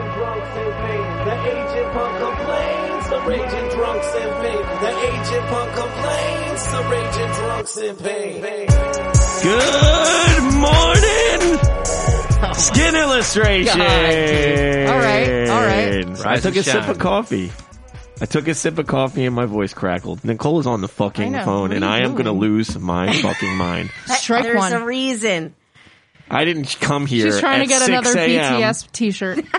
The agent punk complains, the raging drunks in pain. The agent punk complains, the raging drunks in pain. Good morning, Skin Illustration. dude. All right, all right. I Rise took a and sip shine. of coffee. I took a sip of coffee and my voice crackled. Nicole is on the fucking I know. phone What and are you I am going to doing? lose my fucking mind. Strike There's one. a reason. I didn't come here. She's trying to at get another 6 a.m. BTS T-shirt.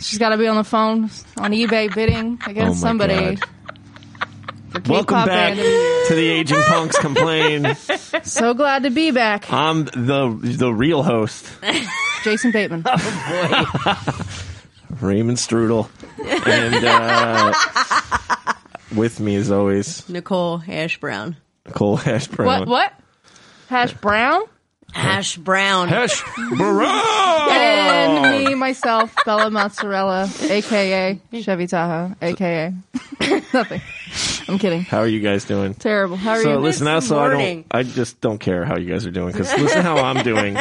She's got to be on the phone on eBay bidding Oh my against somebody. God. for Welcome K-pop back band of the year. to the Aging Punks Complain. So glad to be back, I'm the the real host, Jason Bateman. Raymond Strudel, and uh, with me as always, Nicole Hash Brown. Nicole Hash Brown. what? What? Hash brown Hash Brown. Hash Oh. Brown. and me, myself, Bella Mozzarella, aka Chevy Tahoe, aka nothing. I'm kidding. How are you guys doing? Terrible. How are So you? listen, also I morning. don't, I just don't care how you guys are doing because listen how I'm doing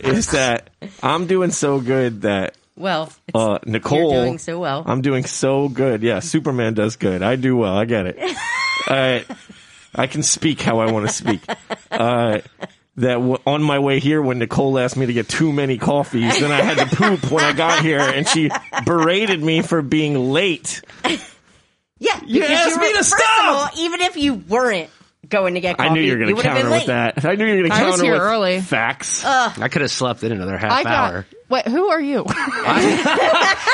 is that I'm doing so good that Well, it's, uh, Nicole, you're doing so well. I'm doing so good. Yeah, Superman does good. I do well. I get it. I I can speak how I want to speak. Uh, that w- on my way here, when Nicole asked me to get too many coffees, then I had to poop when I got here, and she berated me for being late. yeah, because asked me were- to first stop! Of all, even if you weren't going to get coffee, I knew you were going to would have counter been with late. that. I knew you were going to I counter was here with early. facts. I could have slept in another half I got. hour. Wait, who are you?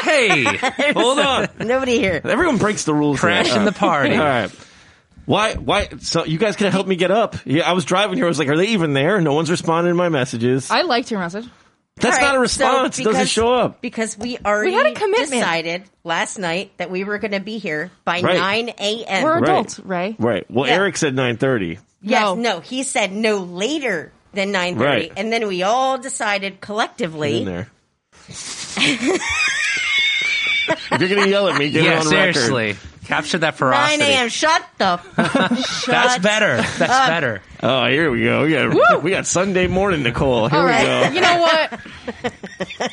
Hey, Hold on, Nobody here. everyone breaks the rules. here. Uh, crashing the party. All right. Why? Why? So you guys could help me get up? Yeah, I was driving here. I was like, "Are they even there?" No one's responding to my messages. I liked your message. That's All right, not a response. so it doesn't because- show up. Because we already had a commitment. decided last night that we were going to be here by Right. 9 a.m. We're Right. adults, Ray. Right. Well, Yeah. Eric said nine thirty. Yes, No. no. he said no later than 9.30. Right. And then we all decided collectively. In there. if you're gonna yell at me, get it Yeah, on seriously. record. Capture that ferocity. 9 a.m. Shut the That's better. That's better. Oh, here we go. Yeah, we got Sunday morning, Nicole. Here All we go. right. You know what?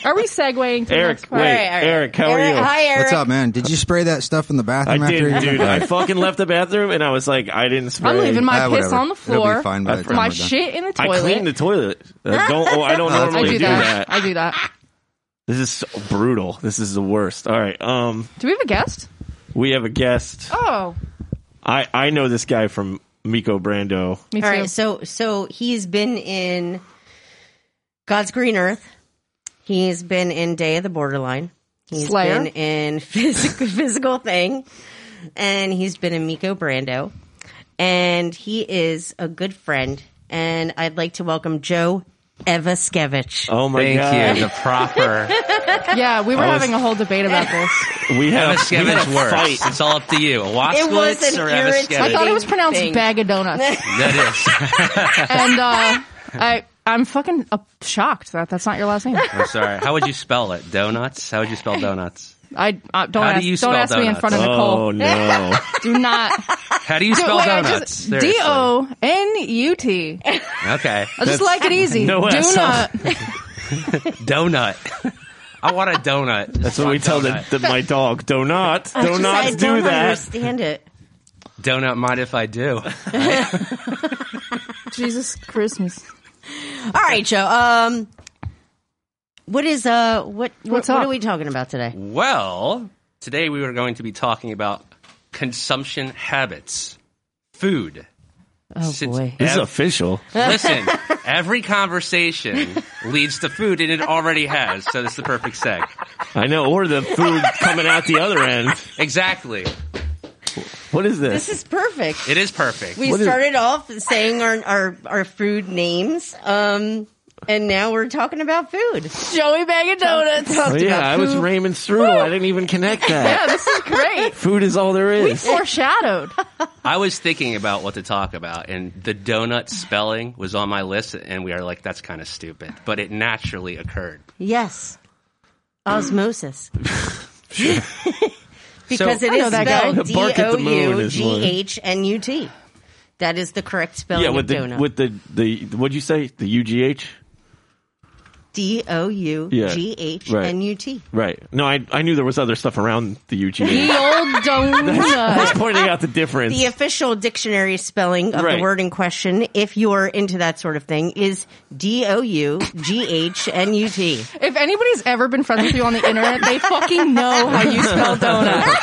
Are we segueing to the next Eric, wait, part? Eric, how Eric, are you? Hi, Eric. What's up, man? Did you spray that stuff in the I bathroom after did, you dude. I fucking left the bathroom and I was like, I didn't spray. I'm leaving my Ah, piss whatever. on the It'll be floor. fine by the time my we're done. shit in the I toilet. cleaned the toilet. Uh, don't. Oh, I don't that's I normally do, do that. that. I do that. This is so brutal. This is the worst. All right. Um, Do we have a guest? we have a guest. Oh, I I know this guy from Miko Brando. me too. All right, so so he's been in God's Green Earth. He's been in Day of the Borderline. He's Slayer. been in physical, physical thing, and he's been in Miko Brando, and he is a good friend. And I'd like to welcome Joe Evaskevich. Oh my Thank god. you. The proper yeah, we were I was- having a whole debate about this. We have we had Evaskevin's a worse. fight. It's all up to you. It was Wasklitz an or irritant- I Evaskevich? thought it was pronounced Thing. bag of donuts, That and uh, I I'm fucking uh, shocked that that's not your last name. is. I'm sorry. How would you spell it? Donuts? How would you spell donuts? I uh, don't How do ask, you don't spell ask me in donuts? front of Oh Nicole. no. Do not How do you do spell wait, I donuts? just Seriously. D O N U T. I Okay. just like it easy. No do S on not. Donut. I want a donut. That's what we tell the, the, my dog. Do not, do I not just- I do don't that. Understand it? Donut mind if I do? Jesus Christmas. All right, Joe. Um, what is uh, what what, What's what up? are we talking about today? Well, today we were going to be talking about consumption habits, food. Oh Since- boy. This is official. Listen, every conversation leads to food, and it already has. So that's the perfect seg. I know. Or the food coming out the other end. Exactly. What is this? This is perfect. It is perfect. We What is- started off saying our, our our food names, um, and now we're talking about food. Joey bag of donuts. Oh, yeah, I was Raymond Strudel. I didn't even connect that. yeah, this is great. Food is all there is. Foreshadowed. I was thinking about what to talk about, and the donut spelling was on my list, and we are like, that's kind of stupid. But it naturally occurred. Yes, osmosis. because So- it I know is that guy. spelled The D bark at O the moon U is G one. H N U T. That is the correct spelling Yeah, of with the donut. with the the what'd you say? The UGH. D O U G H N U T. Right. No, I I knew there was other stuff around the The UGA. old I was donut. pointing out the difference. The official dictionary spelling of Right. the word in question, if you're into that sort of thing, is D O U G H N U T. if anybody's ever been friends with you on the internet, they fucking know how you spell donut.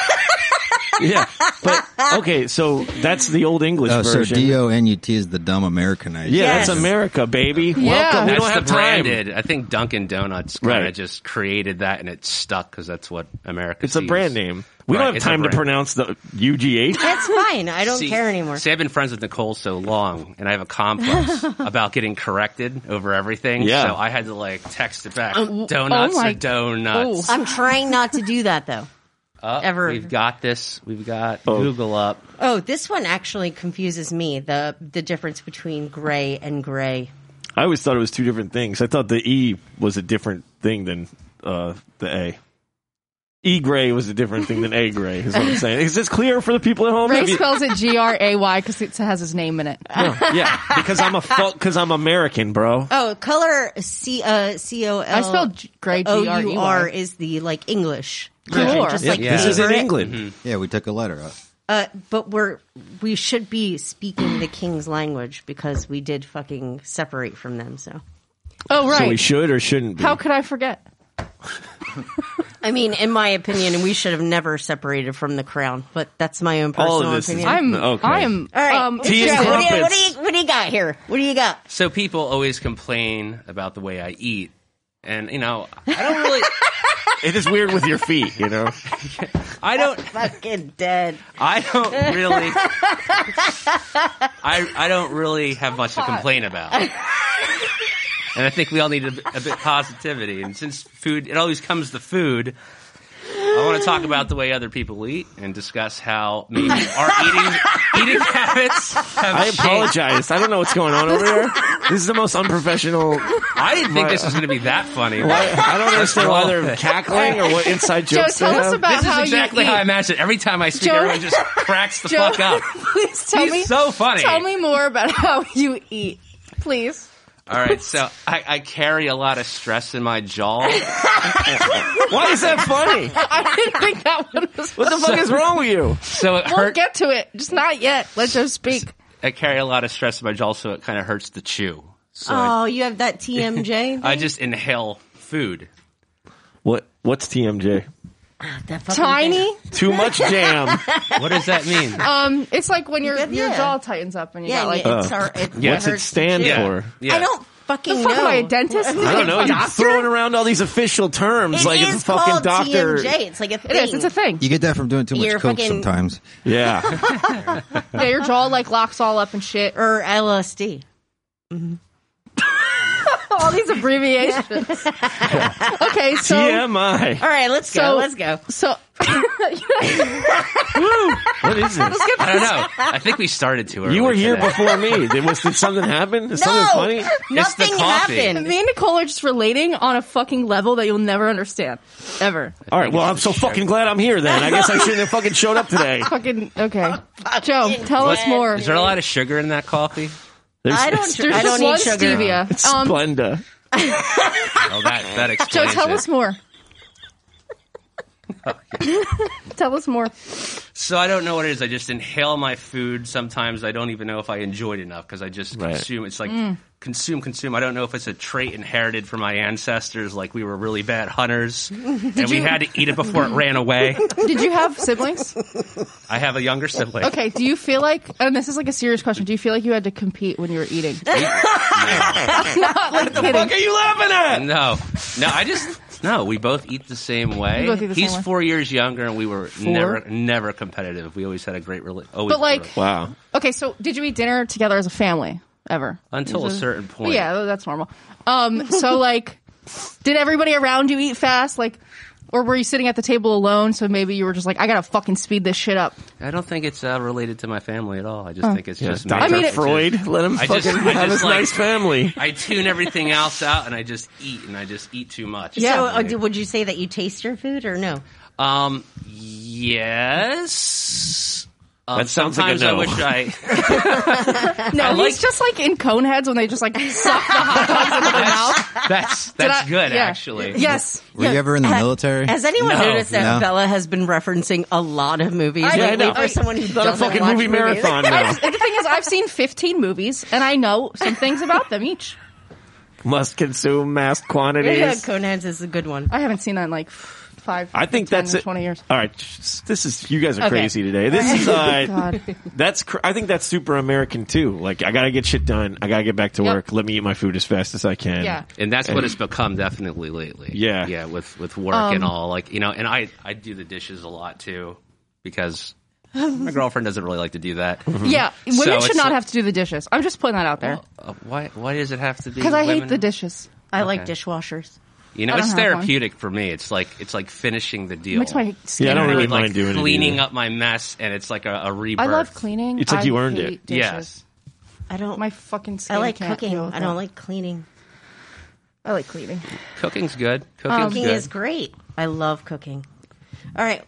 yeah. But okay, so that's the old English Oh, so version. D O N U T is the dumb Americanized. yeah, Yes. that's America, baby. Welcome. We That's don't the have time. branded. I think Dunkin' Donuts kind Right. of just created that and it stuck because that's what America. It's a sees. brand name. We Right, don't have it's a time to brand. pronounce the UGH. That's fine. I don't See- care anymore. See, I've been friends with Nicole so long, and I have a complex about getting corrected over everything. Yeah. So I had to like text it back. Um, donuts oh my- or donuts. Oh. I'm trying not to do that though. Oh, Ever- We've got this. We've got Google up. Oh, this one actually confuses me the the difference between gray and gray. I always thought it was two different things. I thought the E was a different thing than uh, the A. E gray was a different thing than A gray, is what I'm saying. Is this clear for the people at home? Ray Have you- spells it G R A Y because it has his name in it. No, yeah, because I'm a fuck, because I'm American, bro. Oh, color C uh C O L. I spelled G- gray G R E O-U-R Y. is the like English. Sure. version, Just Yeah, like This is in favorite. England. Yeah, we took a letter up. Uh, but we're we should be speaking the king's language because we did fucking separate from them. So Oh So we right. should or shouldn't be. How could I forget? I mean, in my opinion, we should have never separated from the crown. But that's my own personal All of this is- opinion. I'm. Okay. I am. All right, Um, Tea and Joe, what, do you, what, do crumpets. you, what do you got here? What do you got? So people always complain about the way I eat, and you know, I don't really. It is weird with your feet, you know. I don't. Fucking dead. I don't really. I I don't really have much to complain about. And I think we all need a, a bit positivity. And since food, it always comes to food. I want to talk about the way other people eat and discuss how maybe our eating eating habits have I changed. apologize. I don't know what's going on over there. This is the most unprofessional. I didn't think this was going to be that funny. Why, I don't understand why they're cackling or what inside Joe, jokes. tell they us have. about This is how exactly you eat. how I imagine. it. Every time I speak, Joe- everyone just cracks the Joe, fuck up. please tell He's me. so funny. Tell me more about how you eat, please. All right, so I, I carry a lot of stress in my jaw. Why is that funny? I didn't think that one was. What the fuck is wrong with you? So it We'll hurts. get to it. Just not yet. Let Joe speak. I carry a lot of stress in my jaw, so it kind of hurts to chew. So I, Oh, you have that TMJ. I just inhale food. What? What's TMJ? That fucking thing. Tiny. Too much jam. What does that mean? Um, it's like when your got- your yeah. jaw tightens up and you Yeah, got like. yeah, it's our, it, What's it hurts stand to chew. for? Yeah. I don't the fucking fuck am know. I a dentist? I don't know. You're just throwing around all these official terms It like is it's a fucking called doctor. TMJ. It's like a thing. It is. It's a thing. You get that from doing too much You're coke fucking- sometimes. Yeah. Yeah, your jaw like locks all up and shit. or LSD. All these abbreviations. okay, so TMI. All right, let's so go. Let's go. So What is this? I don't know. I think we started too early. You were here today. before me. Did, was, did something happen? Is something funny? It's the nothing coffee. happened. me and Nicole are just relating on a fucking level that you'll never understand ever. All right. Well, I'm so fucking glad I'm here then. I guess I shouldn't have fucking showed up today. Fucking okay, Joe. Tell us dead. more. Is there a lot of sugar in that coffee? There's, I don't. There's I just don't one need sugar. stevia. Um, Splenda. Oh, that that Joe, explains tell it. us more. tell us more. So I don't know what it is. I just inhale my food. Sometimes I don't even know if I enjoyed enough because I just Right. consume. It's like Mm. consume, consume. I don't know if it's a trait inherited from my ancestors. Like we were really bad hunters, and we you- had to eat it before it ran away. Did you have siblings? I have a younger sibling. Okay. Do you feel like? And this is like a serious question. Do you feel like you had to compete when you were eating? Not like kidding. What are you laughing at? No, no. I just no. We both eat the same way. You both eat the He's same way. four years younger, and we were never never competitive. We always had a great relationship. But like, Wow. okay. So did you eat dinner together as a family ever? until a certain point. Yeah, tha- that's normal. Um, so like, did everybody around you eat fast? Like, or were you sitting at the table alone? So maybe you were just like, I gotta fucking speed this shit up. I don't think it's uh, related to my family at all. I just think it's just me. Dr. I mean, it- Freud. Let him I fucking just- I have just his like- nice family. I tune everything else out, and I just eat, and I just eat too much. Yeah. So, uh, do- would you say that you taste your food or no? Um. Yes. Um, That sounds like a sometimes no. I wish I. No, he's just like in Coneheads when they just like suck the hot dogs into their mouth. That's Did that's I- good yeah. actually. Yes. Were you ever in the Ha- military? Has anyone No. noticed that No. Bella has been referencing a lot of movies I- Yeah, I lately know. for someone who Not a doesn't fucking watch movie movies? marathon now. The thing is, I've seen 15 movies and I know some things about them each. Must consume mass quantities. Yeah, Conan's is a good one. I haven't seen that in like five. I think 10, that's it. 20 years. All right, this is you guys are Okay. Oh crazy today. This is uh, God. that's cr- I think that's super American too. Like I gotta get shit done. I gotta get back to Yep. work. Let me eat my food as fast as I can. Yeah. and that's what it's become definitely lately. Yeah. yeah, with with work Um, and all, like you know, and I I do the dishes a lot too because my girlfriend doesn't really like to do that. Mm-hmm. Yeah. Women should it's not like- have to do the dishes. I'm just putting that out there. Uh, why why does it have to be? Because I hate women? the dishes. I like dishwashers. You know, I don't it's have one. therapeutic for me. It's like it's like finishing the deal. Makes my skin. Yeah, I don't hurt. really like mind doing it cleaning either. up my mess, and it's like a, a rebirth. I love cleaning. It's like I you earned hate it. Dishes. Yes. I don't. My fucking skin. I like can't cooking. deal with I don't that. like cleaning. I like cleaning. Cooking's good. Cooking's Um, Cooking good. is great. I love cooking. All right.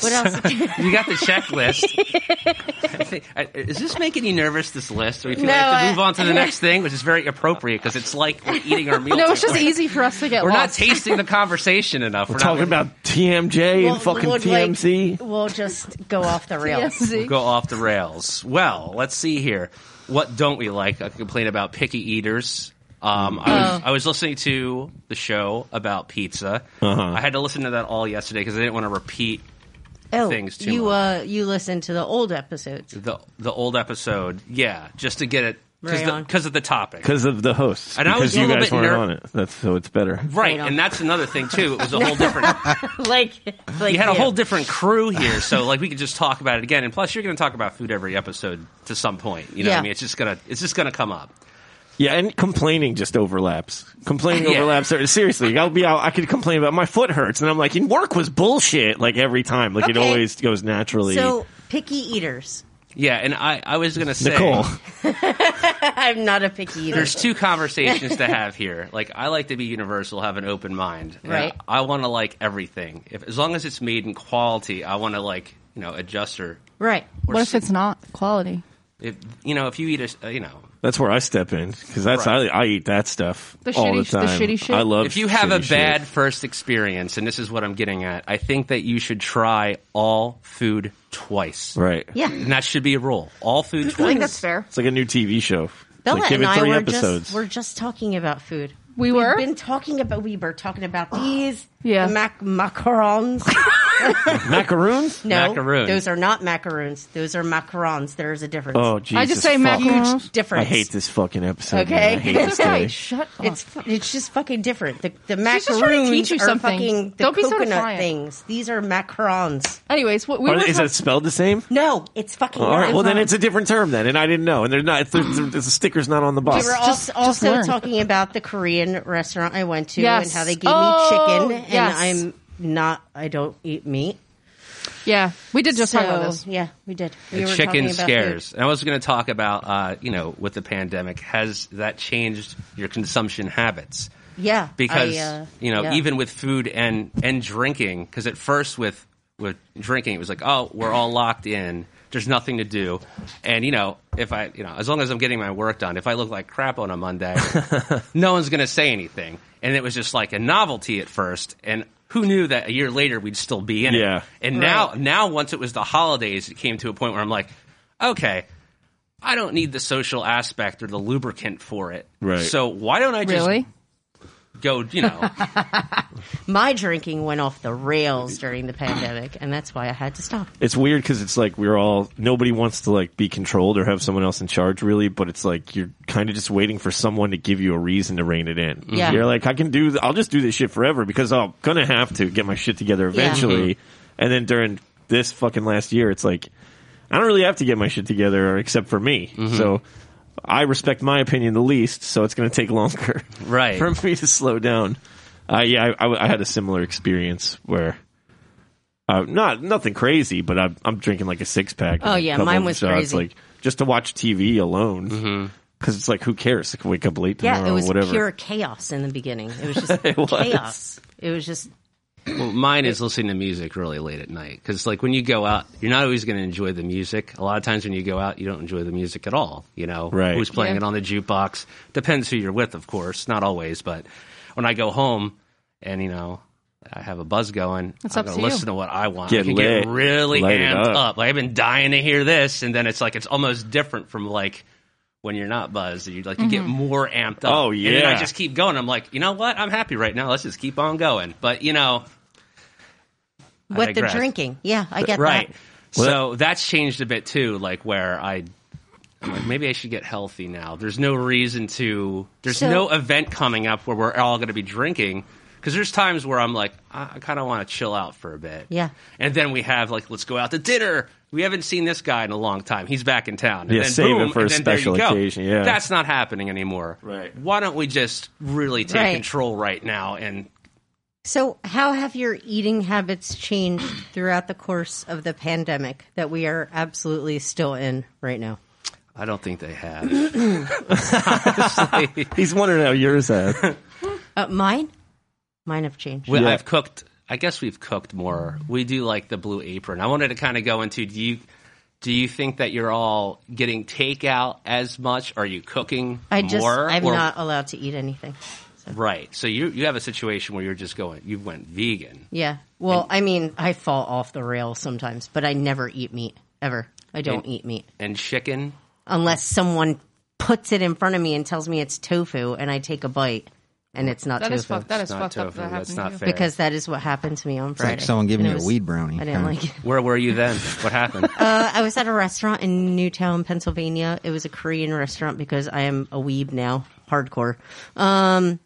What else? You got the checklist. I think- I- is this making you nervous? This list, or you feel like No, you have to I- move on to the next thing, which is very appropriate because it's like we're eating our meal. No, it's just We're- easy for us to get We're not lost. tasting the conversation enough. We're, not Talking about TMJ We'll- and fucking we'll, like, TMC. we'll just go off the rails. TMZ. go off the rails. Well, let's see here. What don't we like? I complain about picky eaters. Um, I, Oh. was, I was listening to the show about pizza. Uh-huh. I had to listen to that all yesterday because I didn't want to repeat Oh, Things too you uh, you listen to the old episodes. the the old episode. Yeah, just to get it Right on. because of the topic. because of the hosts. And I was because a you little guys bit weren't ner- on it. That's so it's better. Right, Right on. and that's another thing too. It was a whole different. like, like You had a whole different crew here, so like we could just talk about it again. And plus, you're going to talk about food every episode to some point. You know, what I Yeah. mean, it's just gonna it's just gonna come up. Yeah, and complaining just overlaps. Complaining Yeah. overlaps. Seriously, I'll be out. I could complain about my foot hurts, and I'm like, and work was bullshit. Like every time, like it Okay. always goes naturally. So picky eaters. Yeah, and I I was going to say Nicole, I'm not a picky eater. There's two conversations to have here. Like I like to be universal, have an open mind. And Right. I, want to like everything. If as long as it's made in quality, I want to like you know adjust or right. What if it's not quality? if you know if you eat a s- uh, you know that's where I step in because that's Right. I, I eat that stuff The all shitty- the the time. shitty shit? I love. if you have a shitty shit. bad first experience, and this is what I'm getting at, I think that you should try all food twice. right? Yeah. And that should be a rule. All food twice. I think that's fair. it's like a new TV show. Bella like, give and it I three were episodes. just we're just talking about food. We We've were? been talking about we were talking about these Yeah. mac- macarons. Macaroons? No, Macaroons. those are not macaroons. Those are macarons. There is a difference. Oh, Jesus! I just say fuck. macarons. Huge I difference. hate this fucking episode. Okay. man. I hate this day. Guys, shut up. It's fu- it's just fucking different. The, the Oh, just trying to macaroons teach you are something. fucking the Don't be so coconut defiant. things. These are macarons. Anyways, what we Are- were is talk- it spelled the same? No, it's fucking. All right. Well, then macarons. it's a different term then, and I didn't know. And they're not. They're, they're, the sticker's not on the box. We were Just- also, just also learn. talking about the Korean restaurant I went to Yes. and how they gave Oh, me yes. chicken, and I'm not. I don't eat meat. yeah, we did just so talk about this. yeah, we did. We the were chicken talking about scares. food. And I was going to talk about, uh, you know, with the pandemic, has that changed your consumption habits? Yeah, Because I, uh, you know, yeah. even with food and and drinking, because at first with with drinking, it was like, oh, we're all locked in. There's nothing to do, and you know, if I, you know, as long as I'm getting my work done, if I look like crap on a Monday, no one's going to say anything. And it was just like a novelty at first, and who knew that a year later we'd still be in it? Yeah. And now, now once it was the holidays, it came to a point where I'm like, okay, I don't need the social aspect or the lubricant for it. Right. So why don't I just Really? go? You know, my drinking went off the rails during the pandemic, and that's why I had to stop. it's weird because it's like we're all nobody wants to like be controlled or have someone else in charge really but it's like you're kind of just waiting for someone to give you a reason to rein it in Yeah. you're like i can do th- i'll just do this shit forever because i'm gonna have to get my shit together eventually and then during this fucking last year it's like i don't really have to get my shit together except for me so i respect my opinion the least so it's gonna take longer Right. for me to slow down uh, yeah I- I- I had a similar experience where uh, not nothing crazy, but I'm I'm drinking like a six pack. and Oh, a yeah, couple mine of was shots, crazy. Like just to watch TV alone, because it's like who cares? I can wake up late tomorrow Yeah, it was or whatever. pure chaos in the beginning. It was just chaos. It was just Well, mine is listening to music really late at night because, like, when you go out, you're not always going to enjoy the music. A lot of times when you go out, you don't enjoy the music at all. You know, Right. Who's playing Yeah. it on the jukebox depends who you're with, of course. Not always, but when I go home and you know I have a buzz going, It's I'm up gonna to you. listen to what I want. Get I can lit. get really Light it amped up. up. Like, I've been dying to hear this, and then it's like it's almost different from like. When you're not buzzed, you like you Mm-hmm. get more amped up. Oh, and then I yeah. just keep going. I'm like, you know what? I'm happy right now. Let's just keep on going. But you know, I What they're digress. drinking. Yeah, I get right. that. so that's changed a bit too, like where I I'm like, maybe I should get healthy now. There's no reason to there's So- no event coming up where we're all going to be drinking because there's times where I'm like I, I kind of want to chill out for a bit. Yeah. And then we have like let's go out to dinner. We haven't seen this guy in a long time. He's back in town. And Yeah, then save it boom, for a and then there you special go. occasion, yeah. That's not happening anymore. Right. Why don't we just really take Right. control right now and So, how have your eating habits changed throughout the course of the pandemic that we are absolutely still in right now? I don't think they have. Honestly. He's wondering how yours have. Uh, mine, mine have changed. We, Yeah. I've cooked. I guess we've cooked more. We do like the blue apron. I wanted to kind of go into do you do you think that you're all getting takeout as much? Are you cooking I just, more? I'm Or- not allowed to eat anything. right. So you you have a situation where you're just going. You went vegan. Yeah. Well, I mean, I fall off the rail sometimes, but I never eat meat ever. I don't And- eat meat And chicken, unless someone puts it in front of me and tells me it's tofu, and I take a bite, and it's not That tofu. is fucked. That is not fucked tofu. up. That happened That's not to you. fair. because that is what happened to me on Friday. like someone giving And it you a was- weed brownie. I didn't kinda. like it. where were you then? What happened? Uh, I was at a restaurant in Newtown, Pennsylvania. It was a Korean restaurant because I am a weeb now, hardcore. Um,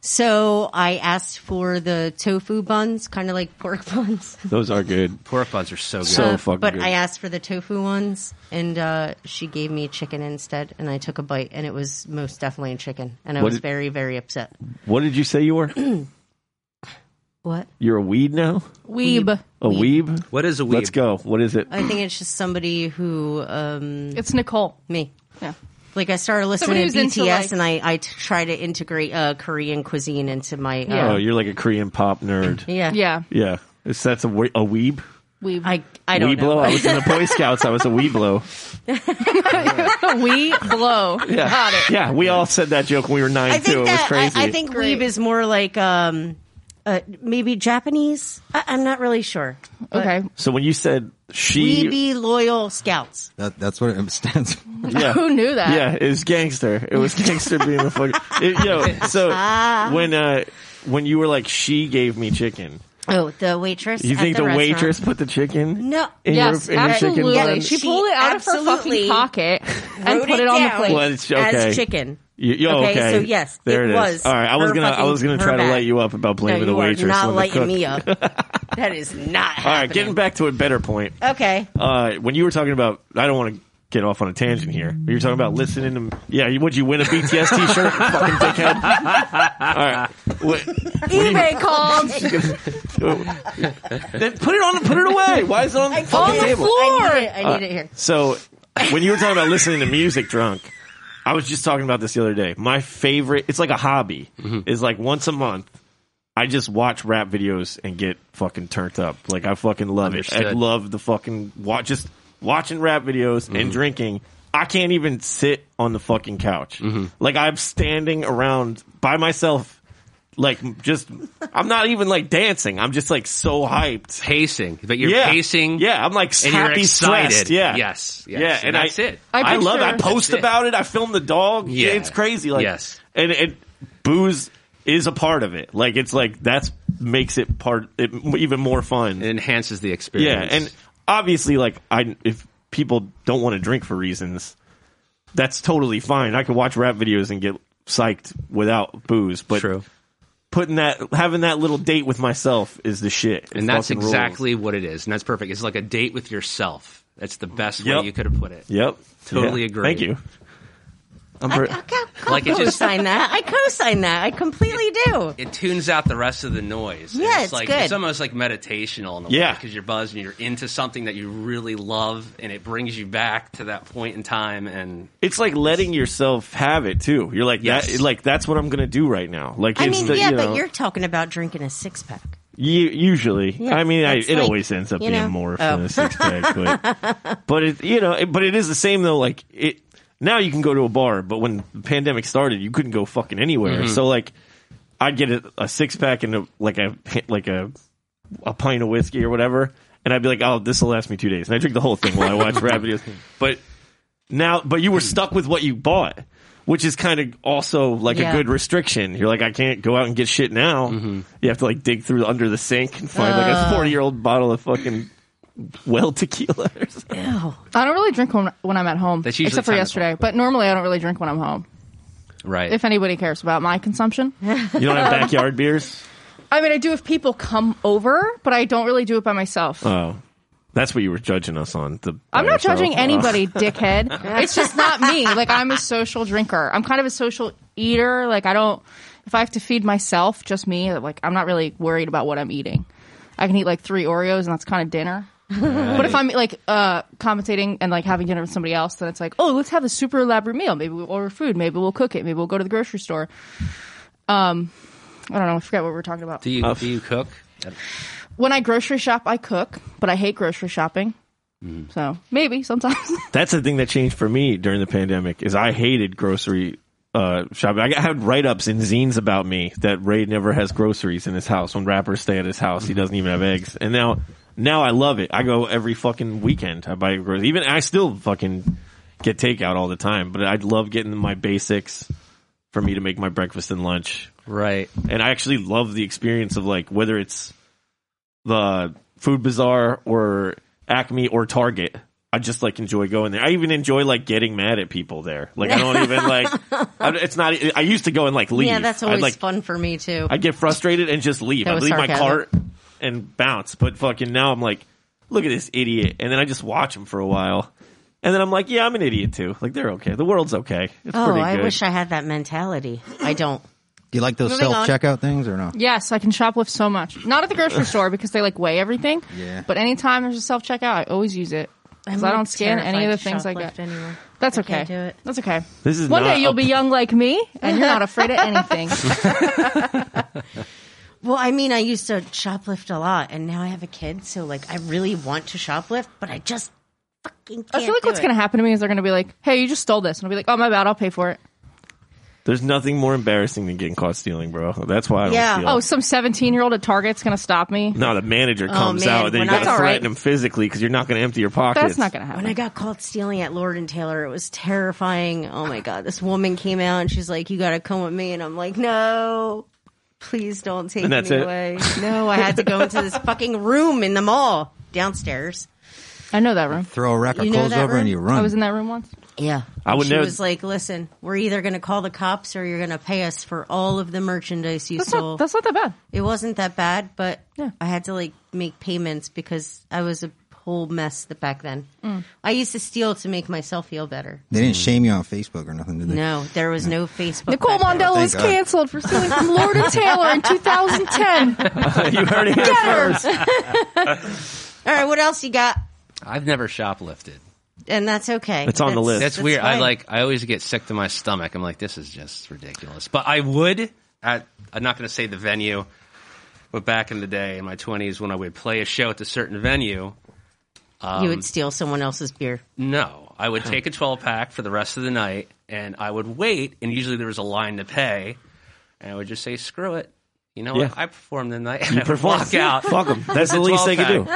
so I asked for the tofu buns, kind of like pork buns, Those are good. Pork buns are so good. So fucking but good. I uh, asked for the tofu ones, and uh, she gave me chicken instead. And I took a bite, and it was most definitely chicken, and I What was did- very, very upset. what did you say you were? What? You're a weed now? Weeb. A weeb? what is a weeb? Let's go. What is it? I think it's just somebody who um, It's Nicole. me. Yeah. Like I started Somebody listening who's to BTS, into, like- and I I t- try to integrate uh, Korean cuisine into my uh, Oh, you're like a Korean pop nerd. Yeah. Yeah. Yeah. Is that's a, we- a weeb? Weeb. I I don't weeblo? know. I was in the Boy Scouts. I was a weeblo. we blow. Yeah. Got it. Yeah, we all said that joke when we were nine, I too. think It was that I, crazy. I think Great. weeb is more like um uh, maybe Japanese. I, I'm not really sure. Okay. so when you said she. Weeby loyal scouts. That, that's what it stands for. yeah. Who knew that? Yeah, it was gangster. It was gangster being a fucking. It, yo, so Ah. when uh when you were like, she gave me chicken. Oh, the waitress. You at think the, the, restaurant. waitress put the chicken? No. In Yes, your, in your chicken absolutely. bun? she She pulled it out of her absolutely fucking pocket and wrote put it, on the down plate. Well, it's- okay. as chicken? You, you- Okay, okay, so yes, there it it is. was All right, I was her gonna, I fucking- was gonna her try to bad. light you up about No, blaming you the are waitress not when the lighting cook. me up. that is not. All right, getting back to a better point. Okay. Uh, when you were talking about, I don't want to get off on a tangent here. You were talking about listening to, yeah, you- would you win a BTS T-shirt, fucking dickhead? All right, what, eBay called then put it on, put it away. Why is it on the on fucking the table? floor. I need it, I need it here. So when you were talking about listening to music drunk, I was just talking about this the other day. My favorite, it's like a hobby, is like once a month, I just watch rap videos and get fucking turned up. Like I fucking love it. I Understood. love the fucking watch, just watching rap videos and drinking. I can't even sit on the fucking couch. Like I'm standing around by myself. Like just, I'm not even like dancing. I'm just like so hyped. pacing, but you're yeah, pacing. Yeah, I'm like And happy, you're excited. stressed. Yeah, Yes. yes. yeah, and, And, that's I, it. I, I love. It. I picture- post That's it. about it. I film the dog. Yeah. it's crazy. Like Yes. and it booze is a part of it. Like it's like that's makes it part it m- even more fun. It enhances the yeah, experience. and obviously, like I if people don't want to drink for reasons, that's totally fine. I could watch rap videos and get psyched without booze, but true. putting that having that little date with myself is the shit. It And that's fucking rules. exactly what it is. And that's perfect. It's like a date with yourself. That's the best Yep. way you could have put it. Yep. Totally Yeah. agree. Thank you. I'm per- Like it just co-sign that. I co-sign that. I completely do. it tunes out the rest of the noise. And Yeah, it's like good. it's almost like meditational in a Yeah. because you're buzzed and you're into something that you really love and it brings you back to that point in time and It's like letting yourself have it too. You're like Yes. that. Like that's what I'm gonna do right now. Like I it's mean, the, yeah, you know, but you're talking about drinking a six pack. U- usually, I mean, I, that's it like, always ends up you being know. more for Oh. the six pack, but but it you know, it- but it is the same though. Like it now, you can go to a bar, but when the pandemic started, you couldn't go fucking anywhere. Mm-hmm. So like, I'd get a, a six pack and a, like a like a a pint of whiskey or whatever, and I'd be like, oh, this will last me two days, and I drink the whole thing while I watch rap videos. But now, but you were stuck with what you bought. Which is kind of also like Yeah. a good restriction. You're like, I can't go out and get shit now. You have to like dig through under the sink and find like a 40 year old bottle of fucking well tequila or something. I don't really drink when, when I'm at home, That's usually except for time to yesterday. talk. But normally, I don't really drink when I'm home. Right. If anybody cares about my consumption, You don't have backyard beers? I mean, I do if people come over, but I don't really do it by myself. Oh. That's what you were judging us on. The I'm by not yourself. judging Oh. anybody, dickhead. It's just not me. Like I'm a social drinker. I'm kind of a social eater. Like I don't. If I have to feed myself, just me, like I'm not really worried about what I'm eating. I can eat like three Oreos, and that's kind of dinner. But if I'm like uh, commentating and like having dinner with somebody else, then it's like, oh, let's have a super elaborate meal. Maybe we'll order food. Maybe we'll cook it. Maybe we'll go to the grocery store. Um, I don't know. I forget what we we're talking about. do you do you cook? when I grocery shop, I cook, but I hate grocery shopping. Mm. So maybe sometimes. That's the thing that changed for me during the pandemic is I hated grocery uh, shopping. I had write ups and zines about me that Ray never has groceries in his house. When rappers stay at his house, he doesn't even have eggs. And now, now I love it. I go every fucking weekend. I buy groceries. Even I still fucking get takeout all the time, but I love getting my basics for me to make my breakfast and lunch Right. and I actually love the experience of like whether it's the Food Bazaar or Acme or Target. I just like enjoy going there. I even enjoy like getting mad at people there. Like I don't even like. I, it's not. I used to go and like leave. Yeah, that's I'd, always like, fun for me too. I get frustrated and just leave. That I was leave my sarcasm. cart and bounce. But fucking now I'm like, look at this idiot, and then I just watch him for a while, and then I'm like, yeah, I'm an idiot too. Like they're okay. The world's okay. It's oh, pretty I good. wish I had that mentality. I don't. Do you like those Moving self on. checkout things or no? Yes, I can shoplift so much. Not at the grocery store because they like weigh everything. Yeah. But anytime there's a self checkout, I always use it because I don't scan any of the things I got. get. That's okay. can't do it. That's okay. This is one not day you'll a- be young like me and you're not afraid of anything. Well, I mean, I used to shoplift a lot, and now I have a kid, so like, I really want to shoplift, but I just fucking can't. I feel like what's going to happen to me is they're going to be like, "Hey, you just stole this," and I'll be like, "Oh my bad, I'll pay for it." There's nothing more embarrassing than getting caught stealing, bro. That's why I don't Yeah. steal. Oh, some 17 year old at Target's going to stop me. No, the manager comes Oh, man, out. Then you when I- got That's to all threaten right. him physically because you're not going to empty your pockets. That's not going to When I happen. got called stealing at Lord and Taylor, it was terrifying. Oh my god, this woman came out and she's like, "You got to come with me," and I'm like, "No, please don't take And that's me it? away." No, I had to go into this fucking room in the mall downstairs. I know that room. Throw a rack of You know clothes that over room? and you run. I was in that room once. Yeah, I would she know- was like, "Listen, we're either going to call the cops or you're going to pay us for all of the merchandise you That's stole." not. That's not that bad. it wasn't that bad, but Yeah. I had to like make payments because I was a whole mess the back then. I used to steal to make myself feel better. they didn't shame you on Facebook or nothing, did they? No, there was no Facebook. Nicole back then. Mondello Thank was God. canceled for stealing from Lord and Taylor in 2010. you heard it here first. All right, what else you got? I've never shoplifted. And that's okay. It's on the list. That's, weird. I fine. like. I always get sick to my stomach. I'm like, this is just ridiculous. But I would. At, I'm not going to say the venue, but back in the day in my 20s when I would play a show at a certain venue, you um, would steal someone else's beer. no, I would take a 12 pack for the rest of the night, and I would wait. And usually there was a line to pay, and I would just say, screw it. You know Yeah. what? I performed the night. You performed. Walk out. Fuck them. That's the least they could do.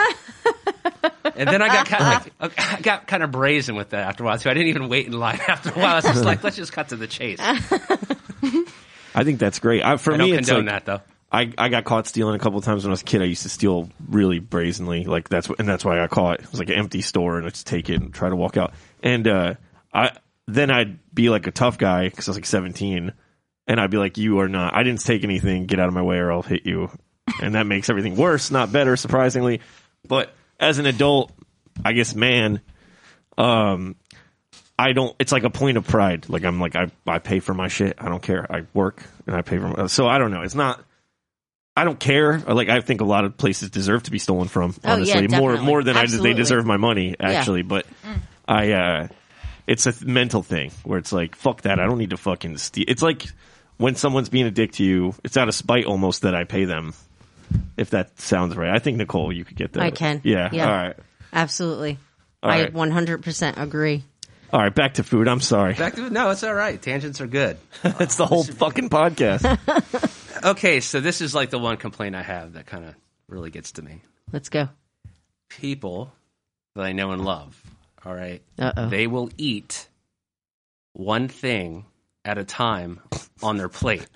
And then I got kind of like, I got kind of brazen with that after a while too. I didn't even wait in line after a while. I was just like, let's just cut to the chase. I I think that's great. I, for don't me, condone it's like, that though. I, I got caught stealing a couple times when I was a kid. I used to steal really brazenly, like that's what, and that's why I got caught. It was like an empty store, and I just take it and try to walk out. And uh, I then I'd be like a tough guy because I was like seventeen, and I'd be like, "You are not. I didn't take anything. Get out of my way, or I'll hit you." And that makes everything worse, not better, surprisingly. But as an adult, I guess man, um, I don't. It's like a point of pride. Like I'm like I I pay for my shit. I don't care. I work and I pay for. My, so I don't know. It's not. I don't care. Or, Like I think a lot of places deserve to be stolen from. Oh, yeah, Honestly, more definitely. more than I Absolutely. they deserve my money actually. But Mm. I uh, it's a th- mental thing where it's like fuck that. I don't need to fucking steal. It's like when someone's being a dick to you. It's out of spite almost that I pay them. if that sounds right. I think Nicole, you could get that. I can. Yeah. Yeah. All right. Absolutely. All I right. 100% agree. All right. Back to food. I'm sorry. Back to no, it's all right. Tangents are good. That's the whole fucking podcast. Okay, so this is like the one complaint I have that kind of really gets to me. Let's go. People that I know and love. All right, Uh-oh. they will eat one thing at a time on their plate.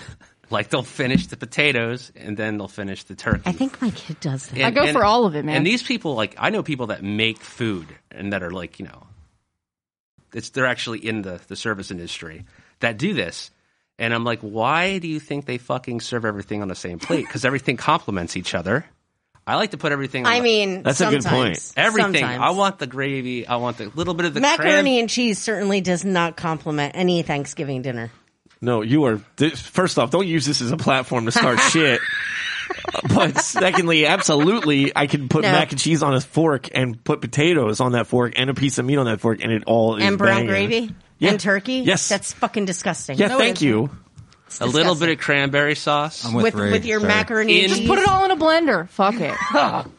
Like they'll finish the potatoes and then they'll finish the turkey. I think my kid does that. And- I go and- for all of it, man. And these people, like, I know people that make food and that are like, you know, it's they're actually in the the service industry that do this. And I'm like, why do you think they fucking serve everything on the same plate? Because everything complements each other. I like to put everything. On I the- mean, That's a good sometimes. everything. Sometimes. I want the gravy. I want the little bit of the macaroni Cran- and cheese certainly does not complement any Thanksgiving dinner. No, you are. Th- first off, don't use this as a platform to start shit. But secondly, absolutely, I can put No. mac and cheese on a fork and put potatoes on that fork and a piece of meat on that fork, and it all is and banging. brown gravy Yeah. and turkey. Yes. that's fucking disgusting. Yeah, No, thank it's- you. it's a little disgusting. bit of cranberry sauce I'm with with, Ray. with your Sorry. macaroni. In- and Just cheese. Put it all in a blender. Fuck it.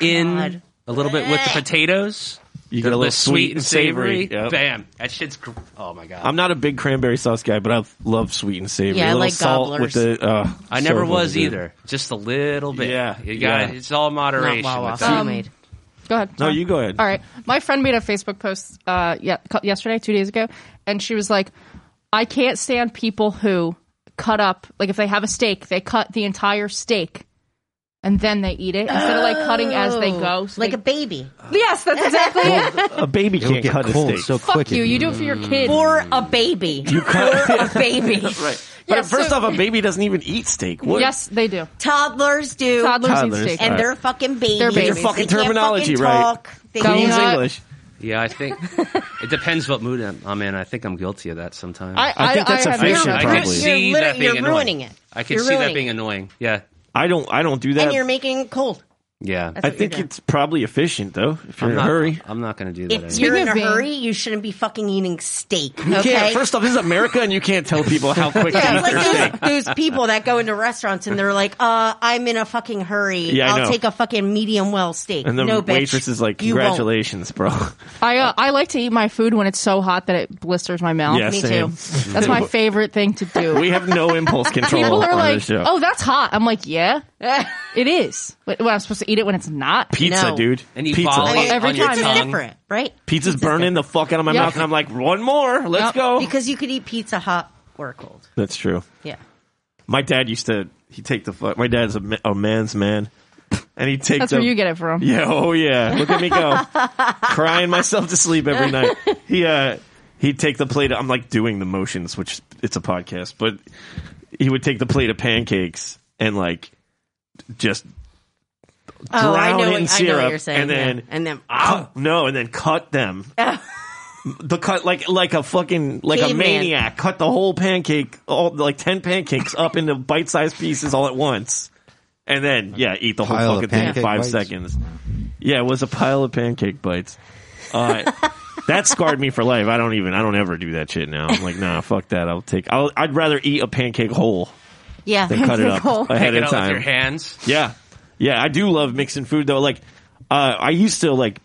in God. Eh. a little bit with the potatoes. You They're get a little sweet and savory. Yep. Bam! That shit's. Gr- oh my god! I'm not a big cranberry sauce guy, but I love sweet and savory. Yeah, I a little like salt gobblers. with the. Uh, I never so was good. either. Just a little bit. Yeah, you got yeah. it's all moderation. Not Wawa, with that. homemade. Go ahead. No, Tom. you go ahead. All right. My friend made a Facebook post uh, yeah, cou- yesterday, two days ago, and she was like, I can't stand people who cut up, like if they have a steak, they cut the entire steak and then they eat it instead of like cutting as they go. So Oh. like they- a baby Uh, yes, that's exactly it. A baby It'll can't get cut a cold steak. so Fuck quick. you. You do it for your kid. or a baby or a baby. right. But Yeah, first so- off, a baby doesn't even eat steak. What? yes, they do. Toddlers do, Toddlers, Toddlers. eat steak. and All they're fucking babies. They're They babies. Fucking can't terminology, fucking right. talk. They Queen's Donut. English. Yeah, I think it depends what mood I'm- I'm in. I think I'm guilty of that sometimes. I, I, I think that's I a have fiction, issues. I probably. could see You're that literally- being you're annoying. ruining it. I could You're see that ruining being it. annoying. Yeah, I don't. I don't do that. and you're making it cold. yeah. I That's what you're think doing. it's probably efficient though. If you're in I'm a not, hurry. I'm not going to do that. If anymore. you're in Speaking a of being- hurry, you shouldn't be fucking eating steak. You okay? can't. First off, this is America, and you can't tell people how quick to Yeah, eat their steak. it's like those, those people that go into restaurants and they're like, uh, I'm in a fucking hurry. Yeah, I I'll know. take a fucking medium well steak. And the no, bitch. waitress is like, You won't. "Congratulations, bro." I uh, I like to eat my food when it's so hot that it blisters my mouth. Yeah, Oh, Me same. too. That's my favorite thing to do. We have no impulse control People are on like, this show. "Oh, that's hot." I'm like, "Yeah, it is." But what, I'm supposed to eat it when it's not? pizza, no. dude. And you pizza. follow I mean, on every your time. It's Tongue. different, right? Pizza's burning the fuck out of my Yeah. mouth, and I'm like, "One more, let's Yep. go." Because you could eat pizza hot or cold. That's true. Yeah. My dad used to. He take the fuck. My dad's a, ma- a man's man, and he take. That's the, where you get it from. Yeah, oh yeah. Look at me go. Crying myself to sleep every night. He uh he'd take the plate I'm like doing the motions, which it's a podcast, but he would take the plate of pancakes and like just Oh, I know, Drown in what- I know syrup what you're saying. and yeah. then- and then oh no, and then cut them. the cut like like a fucking like a Caveman. maniac, cut the whole pancake all like ten pancakes up into bite sized pieces all at once. And then yeah, eat the whole Pile of fucking thing in pancake five bites. seconds. Yeah, it was a pile of pancake bites. Uh, that scarred me for life. I don't even. I don't ever do that shit now. I'm like, nah, fuck that. I'll take. I'll, I'd rather eat a pancake whole yeah, than cut it up ahead Take it of out with time. your hands. Yeah, yeah. I do love mixing food though. Like, uh, I used to like.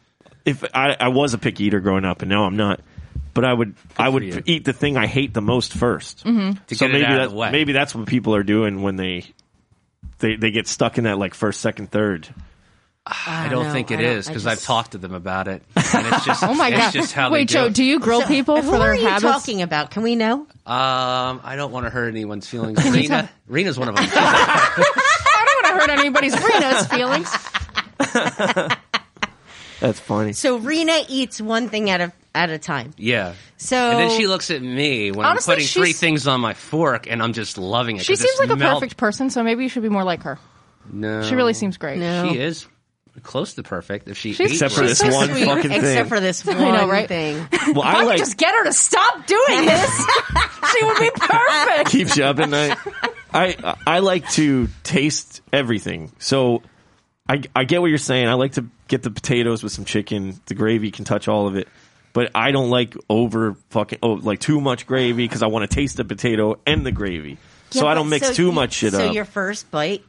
If I, I was a picky eater growing up, and now I'm not. But I would. I you. would eat the thing I hate the most 1st Mm-hmm. To So get it maybe out of that, the way. maybe that's what people are doing when they. They, they get stuck in that like first second third I don't no, think I it don't- is I because just- I've talked to them about it. And it's just, Oh my it's god! just how Wait, they Joe, do. do you grill people Who for their are you habits? talking about? Can we know? Um, I don't want to hurt anyone's feelings. Rena, Rena's one of them. I don't want to hurt anybody's Reno's feelings. that's funny So Rena eats one thing at a at a time. yeah. So And then she looks at me when Honestly, I'm putting three she's- things on my fork, and I'm just loving it. She 'cause seems it's like a melt- perfect person, so maybe you should be more like her. No, She really seems great. No. She is close to perfect. If she She's- ate except for right. this so one sweet. fucking except thing for this one know, right? thing. well I I would like just get her to stop doing this. she would be perfect. keeps you up at night. I I like to taste everything. So I I get what you're saying. I like to get the potatoes with some chicken. The gravy can touch all of it. But I don't like over fucking oh like too much gravy because I want to taste the potato and the gravy. so Yeah, I don't but mix so too you- much shit so up. your first bite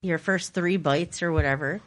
your first three bites or whatever.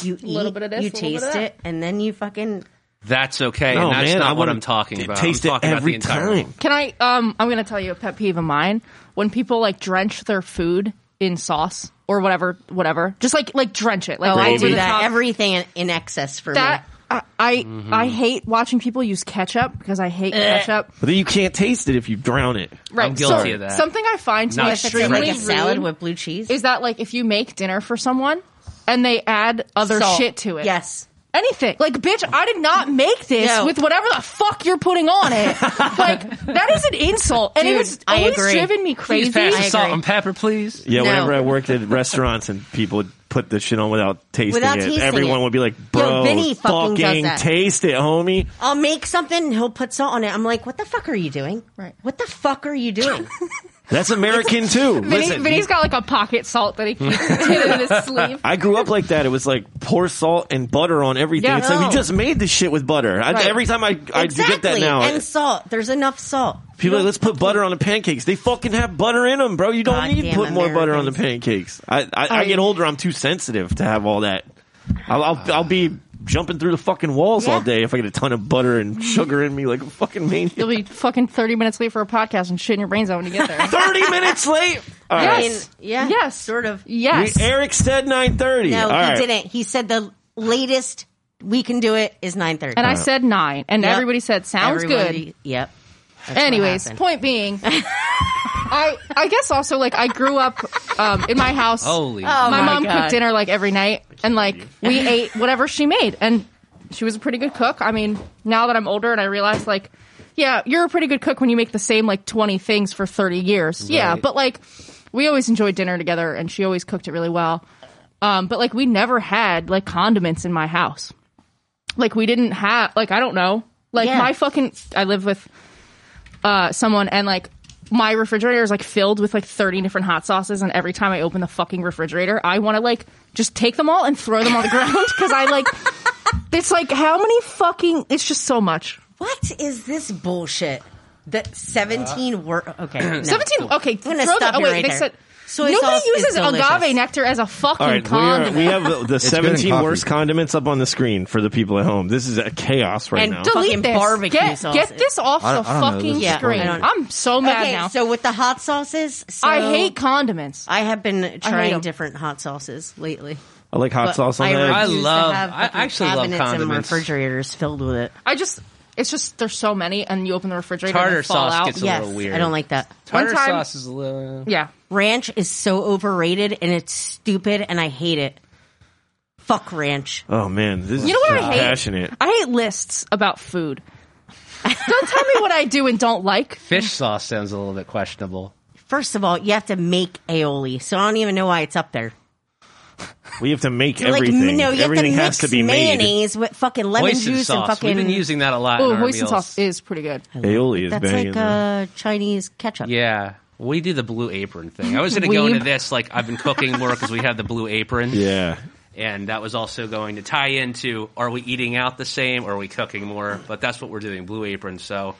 You eat, Little bit of this, you little bit of taste that. it, and then you fucking That's okay. No, and that's Oh, man, not I what wanna I'm talking t- about. Taste I'm it talking about every the entire time. Can I? Um, I'm gonna tell you a pet peeve of mine. When people like drench their food in sauce or whatever, whatever, just like like drench it. Like oh, I over do the that. top. Everything in, in excess for that I I, Mm-hmm. I hate watching people use ketchup because I hate ketchup. But then you can't taste it if you drown it. Right. guilty so of that. Something I find to Not be if it's me. in, extremely Like a salad rude with blue cheese. is that like if you make dinner for someone and they add other Salt. shit to it. Yes. Anything. Like, bitch, I did not make this No. with whatever the fuck you're putting on it. like, that is an insult. And it Dude, has I always agree. driven me crazy. Please pass the I salt agree. and pepper, please. Yeah, No. whenever I worked at restaurants and people would put the shit on without tasting Without it, tasting everyone it. would be like, "Bro, Vinny fucking does that." taste it, homie." I'll make something and he'll put salt on it. I'm like, what the fuck are you doing? Right. What the fuck are you doing? That's American too. Vinny, Listen, Vinny's got like a pocket salt that he keeps in his sleeve. I grew up like that. It was like pour salt and butter on everything. Yeah, it's like no. we just made this shit with butter. I, Right. every time I, I do Oh. exactly. get that now. And salt. There's enough salt. People are like, let's put butter on the pancakes. They fucking have butter in them, bro. You don't Goddamn need to put more butter on the Americans. pancakes. I, I, I get older. I'm too sensitive to have all that. I'll, I'll, I'll be jumping through the fucking walls all Yeah. day if I get a ton of butter and sugar in me like a fucking maniac. You'll be fucking 30 minutes late for a podcast and shitting your brains out when you get there. 30 minutes late? All I right. mean, Yes. yeah. Yes. Sort of. Yes. We- Eric said 9.30. No, All he right. didn't. He said the latest we can do it is 9:30. and I said nine, and Yep. everybody said sounds Everyone- good. Yep. That's what Anyways, happened. point being, I I guess also like I grew up um, in my house. Holy. Oh my, my mom God. cooked dinner like every night, and like we ate whatever she made, and she was a pretty good cook. I mean, now that I'm older and I realize like, yeah, you're a pretty good cook when you make the same like 20 things for 30 years. Yeah, Right. but like we always enjoyed dinner together, and she always cooked it really well. Um, but like we never had like condiments in my house. Like we didn't have like I don't know. Like Yeah. my fucking I live with uh someone and like my refrigerator is like filled with like 30 different hot sauces and every time I open the fucking refrigerator, I want to like just take them all and throw them on the ground cuz I like it's like how many fucking it's just so much. What is this bullshit? That 17 word. Uh, Okay. no. 17 Okay, I'm gonna throw stop that. Oh you wait, right they there. said Soy Nobody sauce is uses agave delicious. nectar as a fucking All right, we, are, condiment. we have the, the good in 17 coffee. worst condiments up on the screen for the people at home. This is a chaos right And now. don't- Delete Fucking this. barbecue get, sauce. get this off I the don't- I don't know fucking this Yeah, screen. I don't- I'm so mad okay, now. so with the hot sauces, so I hate condiments. I have been them. trying different hot sauces lately. I like hot But sauce on I that. I refuse to love- have I fucking actually love cabinets and condiments. refrigerators filled with it. I just it's just there's so many, and you open the refrigerator. and Tartar they fall sauce out. gets a yes, little weird. I don't like that. Tartar time- sauce is a uh, little. yeah. Ranch is so overrated and it's stupid and I hate it. Fuck ranch. Oh man, this You know is what I hate? passionate. I hate lists about food. don't tell me what I do and don't like. Fish sauce sounds a little bit questionable. First of all, you have to make aioli, so I don't even know why it's up there. We have to make Like, everything. no, you everything have to has mix to be made. mayonnaise with fucking lemon Hoisin juice sauce. and fucking. We've been using that a lot. Oh, in our hoisin meals. sauce is pretty good. Aioli is that's banging. like though. uh, Chinese ketchup. Yeah. We do the blue apron thing. I was going to go Weeb. into this like I've been cooking more because we have the blue apron. yeah, And that was also going to tie into are we eating out the same or are we cooking more? But that's what we're doing, blue apron. So,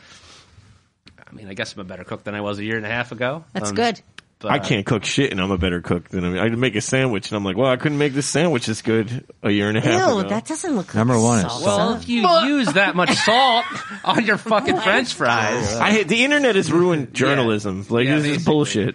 I mean, I guess I'm a better cook than I was a year and a half ago. That's Um, good. But, I can't cook shit, and I'm a better cook than I mean. I can make a sandwich, and I'm like, well, I couldn't make this sandwich this good a year and a Ew, half ago. that doesn't look like Number one is salsa. Well, if you use that much salt on your fucking french fries. I hate the internet has ruined journalism. Like Yeah, this is basically. bullshit.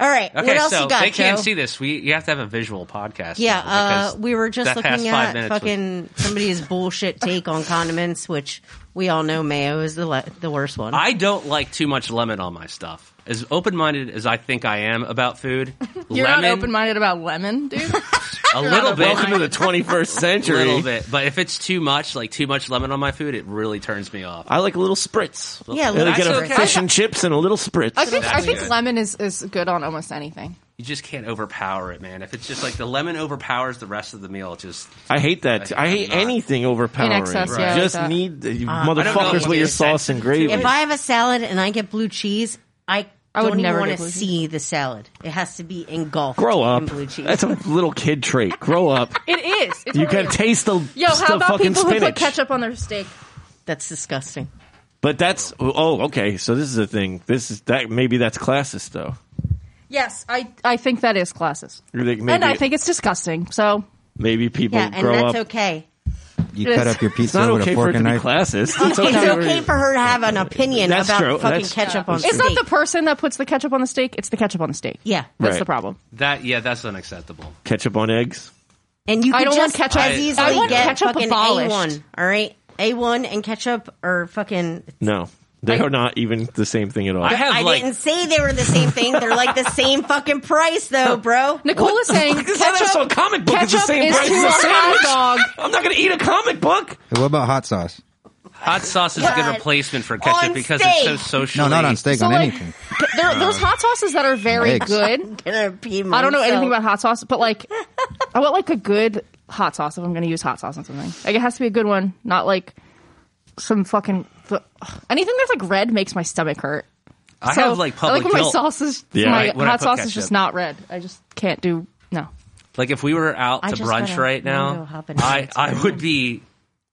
All right, Okay, what else so you got, they can't Joe? see this. We you have to have a visual podcast. Yeah, people, because uh, we were just that past looking five at minutes was- fucking somebody's bullshit take on condiments, which we all know mayo is the le- the worst one. I don't like too much lemon on my stuff. As open minded as I think I am about food, You're lemon, not open minded about lemon, dude. a little bit, Welcome to the 21st a century. little bit. But if it's too much, like too much lemon on my food, it really turns me off. I like a little spritz. yeah, I like that's get a okay. fish and chips and a little spritz. I think I That's think good. lemon is is good on almost anything. You just can't overpower it, man. If it's just like the lemon overpowers the rest of the meal, it just I hate that. too. I hate I'm not- anything overpowering. In excess, yeah, I Uh, like Just that. need you don't know motherfuckers what with your the sauce and gravy. if I have a salad and I get blue cheese, I I would don't even never want get to blue cheese. see the salad. It has to be engulfed. Grow up. in blue cheese. That's a little kid trait. Grow up. It is. It You totally can is. taste the, Yo, the how about fucking people who put spinach. ketchup on their steak? That's disgusting. But that's oh okay. So this is the thing. This is that maybe that's classist though. Yes, I I think that is classes, Maybe, and I think it's disgusting. So maybe people Yeah, and grow that's up. okay. You cut It's- up your It's not pizza with okay a for it fork to and be knife. classes. It's okay. It's okay for her to have an opinion That's about true. fucking That's- ketchup on it's not steak. the person that puts the ketchup on the steak; it's the ketchup on the steak. yeah. that's Right. the problem. That yeah, that's unacceptable. Ketchup on eggs. And you I can don't want just ketchup. as I- easily I want get ketchup fucking abolished. A1, all right? A1 and ketchup are fucking No, they are not even the same thing at all. I have I like didn't say they were the same thing. They're like the same fucking price, though, bro. Nicole is saying It's ketchup, not a comic book. It's the ketchup same is price too as a sandwich. hot dog. I'm not going to eat a comic book. What about hot sauce? hot sauce is a good God. replacement for On ketchup because it's so steak. socially. No, not on steak, So, on like, anything. There, there's hot sauces that are very Eggs. good. Gonna pee I don't know myself. anything about hot sauce, but like, I want like a good hot sauce if I'm going to use hot sauce on something. Like, it has to be a good one, not like some fucking ugh. anything that's like red makes my stomach hurt. I So, have like I like public when my guilt. sauce is Yeah. my Right, when I hot put sauce is ketchup. just not red. I just can't do no. Like if we were out I to just brunch gotta- right I'm gonna now, hop in I and- I would be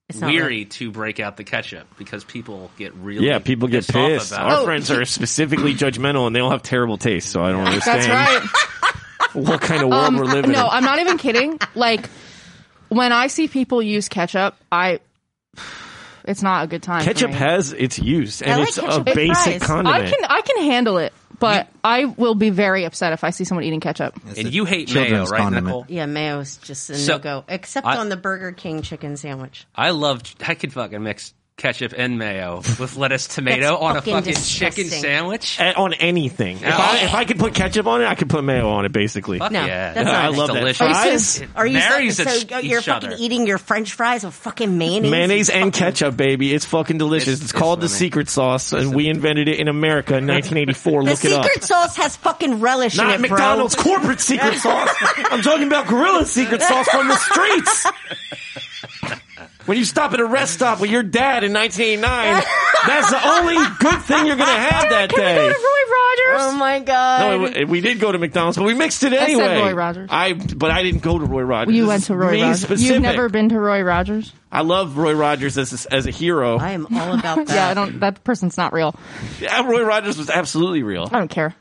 It's not weary to break out the ketchup because people get really Yeah, people get off pissed. about Oh. Our it. friends are specifically judgmental, and they all have terrible taste. So I don't understand That's right. Um, what kind of world we're living no, in. I'm not even kidding. Like when I see people use ketchup, I it's not a good time. for ketchup me. has its use, and like it's a ketchup with basic fries. condiment. I can I can handle it, but I will be very upset if I see someone eating ketchup. And you hate mayo, Children's right, condiment. Nicole? Yeah, mayo's just a So- no go, except I- on the Burger King chicken sandwich. I love. I could fucking mix ketchup and mayo with lettuce, tomato That's on a fucking fucking disgusting. chicken sandwich. A- on anything. If I, if I could put ketchup on it, I could put mayo on it. Basically, Fuck No, yeah, that's not I love that. delicious. Fries, It Are you marries so, its- so oh, you're each fucking other. eating your French fries with fucking mayonnaise? mayonnaise, and Fucking- ketchup, baby. It's fucking delicious. It's, It's- called it's the funny. secret sauce, and we invented it in America in 1984. The Look it up. secret sauce has fucking relish in Not it, McDonald's corporate secret sauce. I'm talking about gorilla secret sauce from the streets. When you stop at a rest stop with your dad in 1989, that's the only good thing you're going to have that day. bro. Oh Um, my god! No, we- we did go to McDonald's, but we mixed it anyway. Roy Rogers. I, but I didn't go to Roy Rogers. You This went is to Roy me Rogers. Specific. You've never been to Roy Rogers? I love Roy Rogers as a, as a hero. I am all about that. Yeah, I don't. That person's not real. Yeah, Roy Rogers was absolutely real, I don't care.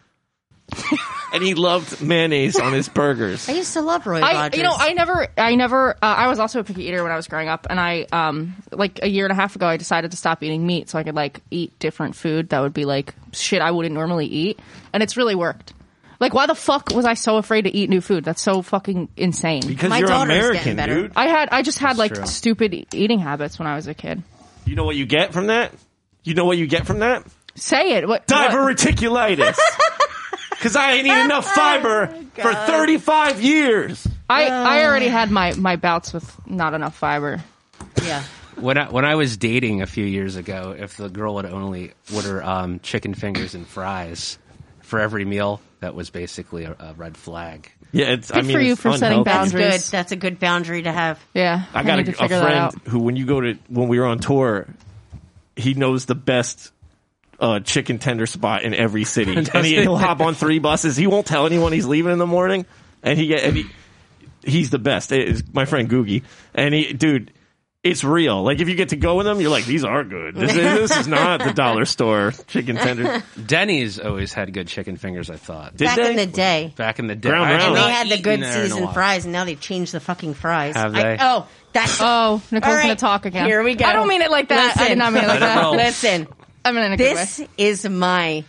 and he loved mayonnaise on his burgers. I used to love Roy I, Rogers. you know, I never, I never, uh, I was also a picky eater when I was growing up, and I, um, like a year and a half ago, I decided to stop eating meat so I could like eat different food that would be like shit I wouldn't normally eat, and it's really worked. Like, why the fuck was I so afraid to eat new food? That's so fucking insane. Because My you're daughter's getting American, better. dude. I had, I just had like true. stupid e- eating habits when I was a kid. You know what you get from that? You know what you get from that? Say it. What? what- diverticulitis. Because I ain't eat Oh enough fiber for 35 years. I, I already had my my bouts with not enough fiber. yeah. When I when I was dating a few years ago, if the girl would only order um, chicken fingers and fries for every meal, that was basically a, a red flag. Yeah, it's, I Good mean, for you it's for setting unhealthy. That's boundaries. good. That's a good boundary to have. Yeah, I got need to a, a figure that out. friend who, when you go to, when we were on tour, he knows the best uh, chicken tender spot in every city. and he, he'll hop on three buses. He won't tell anyone he's leaving in the morning. And he, get- and he he's the best. It is my friend Googie. And he, dude, it's real. Like if you get to go with them, you're like, these are good. This is, this is not the dollar store chicken tender. Denny's always had good chicken fingers. I thought Did Back they? in the day, back in the day, Ground I have round. they not had the eaten good Oh. there in a seasoned while. fries. Now they changed the fucking fries. Have I- they? oh, that's Oh, Nicole's All right, gonna talk again. Here we go. I don't mean it like that. I did not mean it like Let it that. roll. Listen, I mean it in a this good way. is my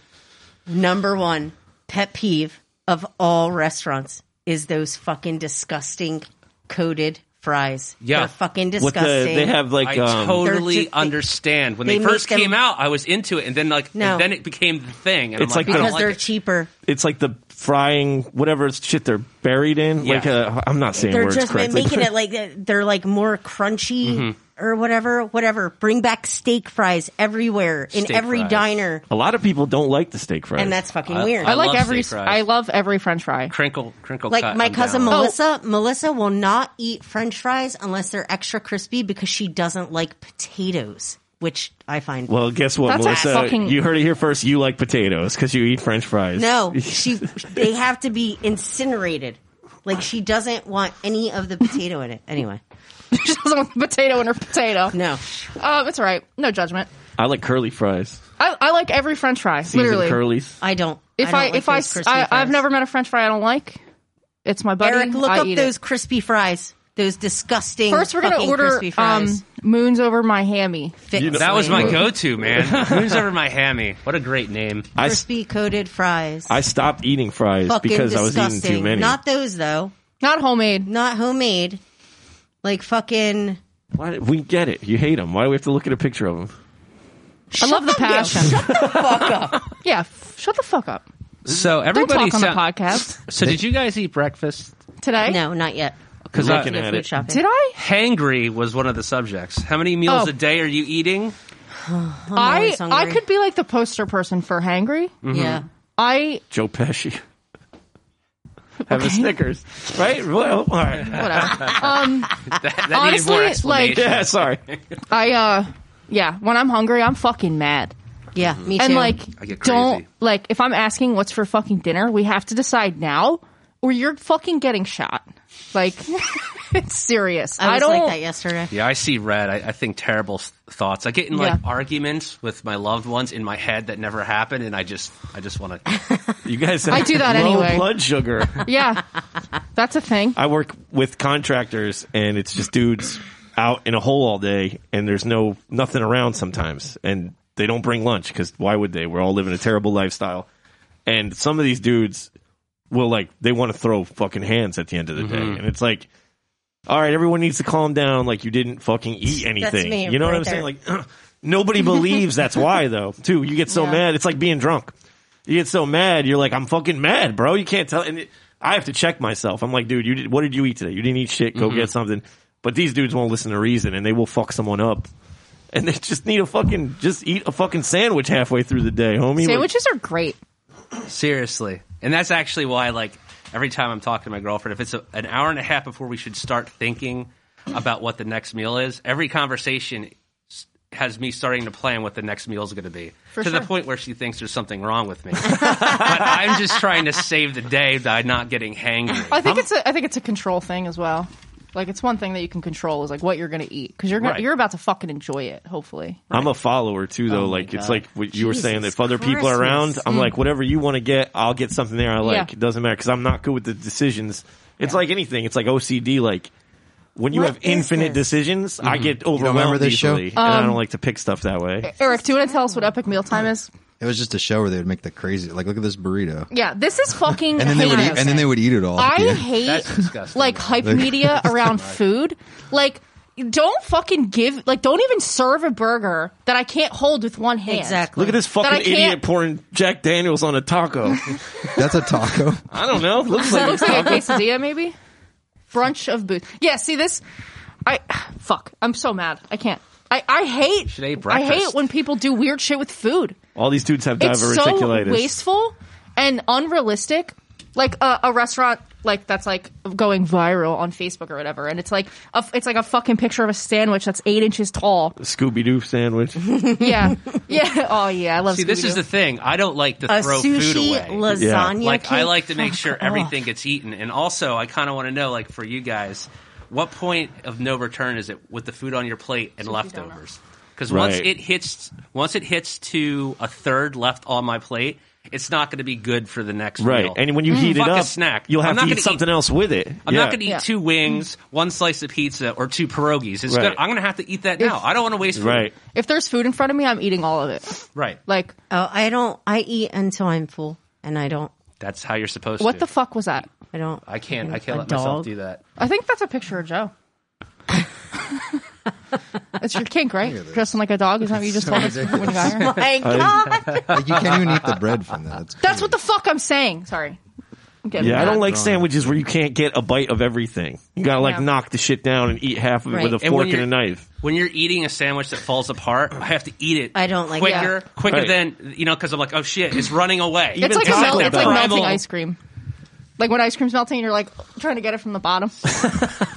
number one pet peeve of all restaurants is those fucking disgusting coated fries. Yeah. They're fucking With the, disgusting. they have like, I um, totally They're just- understand. When they, they first make them- came out, I was into it, and then like, No. and then it became the thing. And It's I'm like, like- I don't because like they're it. cheaper. it's like the frying whatever shit they're buried in. Yeah. Like uh, I'm not saying They're words just correctly. making it like they're like more crunchy or whatever. Whatever. Bring back steak fries everywhere in Steak every fries. diner, a lot of people don't like the steak fries. and that's fucking I- weird. I like love every. steak fries. I love every French fry. crinkle, crinkle. Like cut, my I'm cousin down. Oh. Melissa, Melissa will not eat French fries unless they're extra crispy because she doesn't like potatoes, which I find. well, guess what, That's a Melissa? fucking- You heard it here first. You like potatoes because you eat French fries. no, she they have to be incinerated. Like she doesn't want any of the potato in it. Anyway, she doesn't want the potato in her potato. no, Um, it's all right. No judgment. I like curly fries. I, I like every French fry. Literally. literally, curlies. I don't. if I, I, don't like if I, those s- crispy I have fries. never met a French fry I don't like. It's my buddy. Eric, look I up eat it. those crispy fries. Those disgusting. First, we're gonna fucking order crispy fries. um, moons over my hammy. Fit and That was my slim. go-to, man. Who's ever my hammy? What a great name. I, s- crispy coated fries. I stopped eating fries fucking because disgusting. I was eating too many. Not those though. Not homemade. Not homemade. Like fucking. Why, we get it. You hate them. Why do we have to look at a picture of them? I love the passion. Shut the fuck up. Yeah, f- shut the fuck up. So Don't everybody talk on the sound- podcast So did you guys eat breakfast? today. No, not yet. Because Looking No at food it. shopping. Did I? hangry was one of the subjects. How many meals Oh. a day are you eating? I always I hungry. could be like the poster person for hangry. Yeah. Mm-hmm. I Joe Pesci. Have a Snickers. Right? Well, all right. whatever. um, That needed Honestly, more like- explanation. Yeah, sorry. I uh, yeah. When I'm hungry, I'm fucking mad. Yeah. Me too. And like, I get don't crazy. like if I'm asking what's for fucking dinner, we have to decide now, or you're fucking getting shot. Like, it's serious. I was I, don't. like that yesterday. Yeah, I see red. I, I think terrible s- thoughts. I get in like Yeah. arguments with my loved ones in my head that never happen, and I just, I just want to. You guys have I do that low anyway. blood sugar. Yeah, that's a thing. I work with contractors and it's just dudes out in a hole all day and there's no nothing around sometimes and they don't bring lunch cuz why would they? We're all living a terrible lifestyle. And some of these dudes will like they want to throw fucking hands at the end of the Mm-hmm. day and it's like all right, everyone needs to calm down like you didn't fucking eat anything. me you know what right I'm saying? there. Like nobody believes that's why though. Too, you get so Yeah. mad. It's like being drunk. You get so mad. You're like, I'm fucking mad, bro. You can't tell. And it, I have to check myself. I'm like, dude, you did, what did you eat today? You didn't eat shit. Go get something. But these dudes won't listen to reason, and they will fuck someone up. And they just need a fucking just eat a fucking sandwich halfway through the day, homie. Like, Sandwiches are great. Seriously, and that's actually why, like, every time I'm talking to my girlfriend, if it's a, an hour and a half before we should start thinking about what the next meal is, every conversation s- has me starting to plan what the next meal is going to be For to sure. the point where she thinks there's something wrong with me. but I'm just trying to save the day by not getting hangry. I think it's a I think it's a control thing as well. Like it's one thing that you can control is like what you're gonna eat because you're gonna, Right. you're about to fucking enjoy it. Hopefully, I'm a follower too, Oh though. like it's like what you were saying that if other people are around, Christmas. I'm like whatever you want to get, I'll get something there I like. Mm. Yeah. It doesn't matter because I'm not good with the decisions. It's like anything. It's like OCD. Like when you What have is infinite this? decisions, I Mm-hmm. get remember overwhelmed this show? easily, and Um, I don't like to pick stuff that way. Eric, do you want to tell us what epic mealtime is? It was just a show where they would make the crazy, like, look at this burrito, Yeah, this is fucking. and then they would, eat, heinous. and then they would eat it all. I Yeah. That's hate disgusting. like hype media around food. Like, don't fucking give. Like, don't even serve a burger that I can't hold with one hand. Exactly. Look at this fucking I can't- idiot pouring Jack Daniels on a taco. That's a taco. I don't know. Looks That like looks like a quesadilla, maybe. Brunch of booze. Yeah. See this. I fuck. I'm so mad. I can't. I, I hate. Should I eat I hate breakfast? when people do weird shit with food. all these dudes have it's so diverticulitis. wasteful and unrealistic. Like a, a restaurant, like that's like going viral on Facebook or whatever, and it's like a, it's like a fucking picture of a sandwich that's eight inches tall. Scooby Doo sandwich. Yeah, yeah. Oh yeah, I love. See, this is the Scooby-Doo. thing. I don't like to a throw food sushi away. lasagna. like I cake? like to Oh, make sure everything gets eaten, and also I kind of want to know, like for you guys, what point of no return is it with the food on your plate and leftovers? Because once Right. it hits, once it hits to a third left on my plate, it's not going to be good for the next Right, meal. and when you Mm. heat Fuck it a up, snack. you'll I'm have not to eat gonna eat- something else with it. I'm Yeah. not going to eat Yeah. two wings, one slice of pizza, or two pierogies. It's Right. gonna, I'm going to have to eat that now. I don't want to waste food. Right. If there's food in front of me, I'm eating all of it. Right. Like, Oh, I don't. I eat until I'm full, and I don't. That's how you're supposed what to. the fuck was that? I don't. I can't. I can't A let myself dog. do that. I think that's a picture of Joe. it's your kink, right? Dressing like a dog. Isn't that what you just so told us ridiculous. when you got here? My God. Like, you can't even eat the bread from that. It's That's crazy. what the fuck I'm saying. Sorry. I'm getting Yeah, I mad. don't like drawing. sandwiches where you can't get a bite of everything. You gotta like Yeah. knock the shit down and eat half of it with Right. a And fork when and, a you're- knife. when you're eating a sandwich that falls apart, I have to eat it. I don't like quicker, that. quicker Right. than you know, because I'm like, oh shit, it's running away. It's like, a Taco melt, it's like Bell. melting Primal. ice cream. Like when ice cream's melting, you're like trying to get it from the bottom.